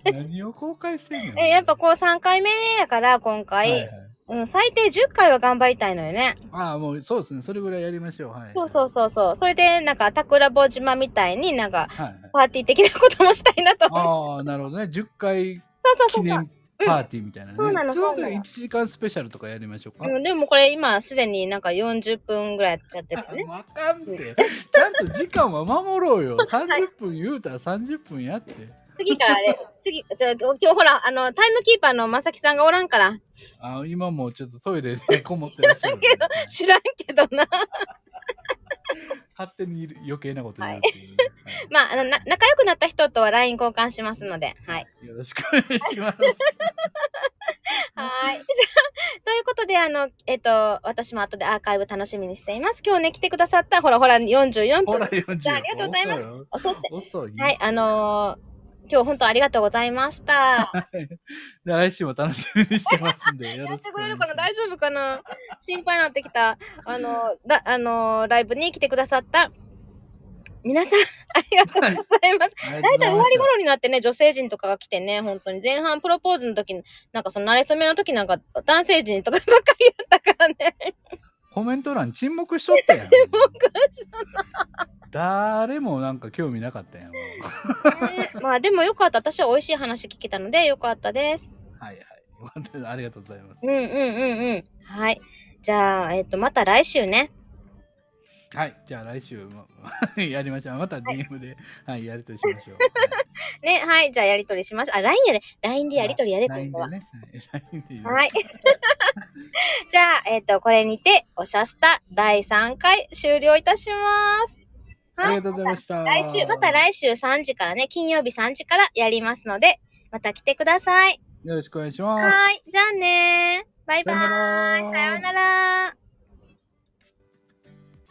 [SPEAKER 2] 何を公開してんねん。
[SPEAKER 1] え、やっぱこう3回目やから、今
[SPEAKER 2] は
[SPEAKER 1] 回、
[SPEAKER 2] いはい、
[SPEAKER 1] うん、最低10回は頑張りたいのよね。
[SPEAKER 2] ああ、もうそうですね、それぐらいやりましょう。はい。
[SPEAKER 1] そうそうそうそう。それで、なんか、桜坊島みたいになんか、
[SPEAKER 2] はいはい。
[SPEAKER 1] パーティー的なこともしたいなと。そう
[SPEAKER 2] ああ、なるほどね。10回
[SPEAKER 1] そう
[SPEAKER 2] 記
[SPEAKER 1] そうそう。
[SPEAKER 2] 念パーティーみたいなね。
[SPEAKER 1] そうなの
[SPEAKER 2] そういうこと
[SPEAKER 1] そうな
[SPEAKER 2] で
[SPEAKER 1] の
[SPEAKER 2] 1時間スペシャルとかやりましょうか。
[SPEAKER 1] うん、でもこれ今すでになんか40分ぐらいやっちゃってるから ね。
[SPEAKER 2] わかんって。ちゃんと時間は守ろ うよ。30分言うたら30分やって。
[SPEAKER 1] 次からあれ、次、で今日ほら、あの、タイムキーパーのまさきさんがおらんから、
[SPEAKER 2] あ今もうちょっとトイレで こもってらっしゃるんで。
[SPEAKER 1] 知らんけどな。
[SPEAKER 2] 勝手に余計なこと言うっていうね、はい
[SPEAKER 1] まあ、あの、な仲良くなった人とは LINE 交換しますので、はい。
[SPEAKER 2] よろしくお願いしま
[SPEAKER 1] は
[SPEAKER 2] す。
[SPEAKER 1] ーい。じゃ あ、ということで、あの、えっ、と、私も後でアーカイブ楽しみにしています。今日ね、来てくださった、ほらほら、44
[SPEAKER 2] ほら
[SPEAKER 1] 分。
[SPEAKER 2] 40分。
[SPEAKER 1] じゃあありがとうございます
[SPEAKER 2] す。
[SPEAKER 1] 遅って。
[SPEAKER 2] 遅い。
[SPEAKER 1] はい、あのー今日本当ありがとうございま した。
[SPEAKER 2] で来週も楽しみにしてますんで、よ
[SPEAKER 1] や
[SPEAKER 2] ろ
[SPEAKER 1] っ
[SPEAKER 2] してくお
[SPEAKER 1] くれ
[SPEAKER 2] 願い
[SPEAKER 1] るか
[SPEAKER 2] しま
[SPEAKER 1] な
[SPEAKER 2] す。
[SPEAKER 1] 大丈夫かな心配になってきた。あの、らあの、ライブに来てくださった。皆さん、ありがとう
[SPEAKER 2] はい
[SPEAKER 1] ございます。
[SPEAKER 2] あ
[SPEAKER 1] 大
[SPEAKER 2] りがとうござ
[SPEAKER 1] 体
[SPEAKER 2] い
[SPEAKER 1] 終
[SPEAKER 2] ま
[SPEAKER 1] わ
[SPEAKER 2] し
[SPEAKER 1] り
[SPEAKER 2] た
[SPEAKER 1] 頃になってね、女性陣とかが来てね、本当に。前半プロポーズの時、なんかその慣れ初めの時なんか男性陣とかばっかりやったからね。
[SPEAKER 2] コメント欄沈黙しと ったやん。誰もなんか興味なかったやん。は
[SPEAKER 1] ねまあでもよかった。私は美味しい話聞けたのでよかったです。
[SPEAKER 2] いはい。 ありがとうございます
[SPEAKER 1] うん。うんうんうん。はい。じゃあ、えっと、また来週ね。
[SPEAKER 2] はい。じゃあ来週も やりましょう。また DM で、はい、やりとりしましょう。
[SPEAKER 1] ね、はい。じゃあやりとりしましょう。あ、LINE やで。LINE でやりとりやで、
[SPEAKER 2] はい
[SPEAKER 1] 今度
[SPEAKER 2] LINE
[SPEAKER 1] は
[SPEAKER 2] で。ね。はい。LINE でいいです
[SPEAKER 1] はい。 じゃあ、えっ、と、これにて、おしゃスタ第3回終了いたします。
[SPEAKER 2] あ
[SPEAKER 1] は
[SPEAKER 2] り
[SPEAKER 1] い
[SPEAKER 2] が。とうございました。
[SPEAKER 1] 来週、また来週3時からね、金曜日3時からやりますので、また来てください。
[SPEAKER 2] よろしくお願いします。
[SPEAKER 1] はい。じゃあねー。バイバーイ。
[SPEAKER 2] さよなら
[SPEAKER 1] さようなら。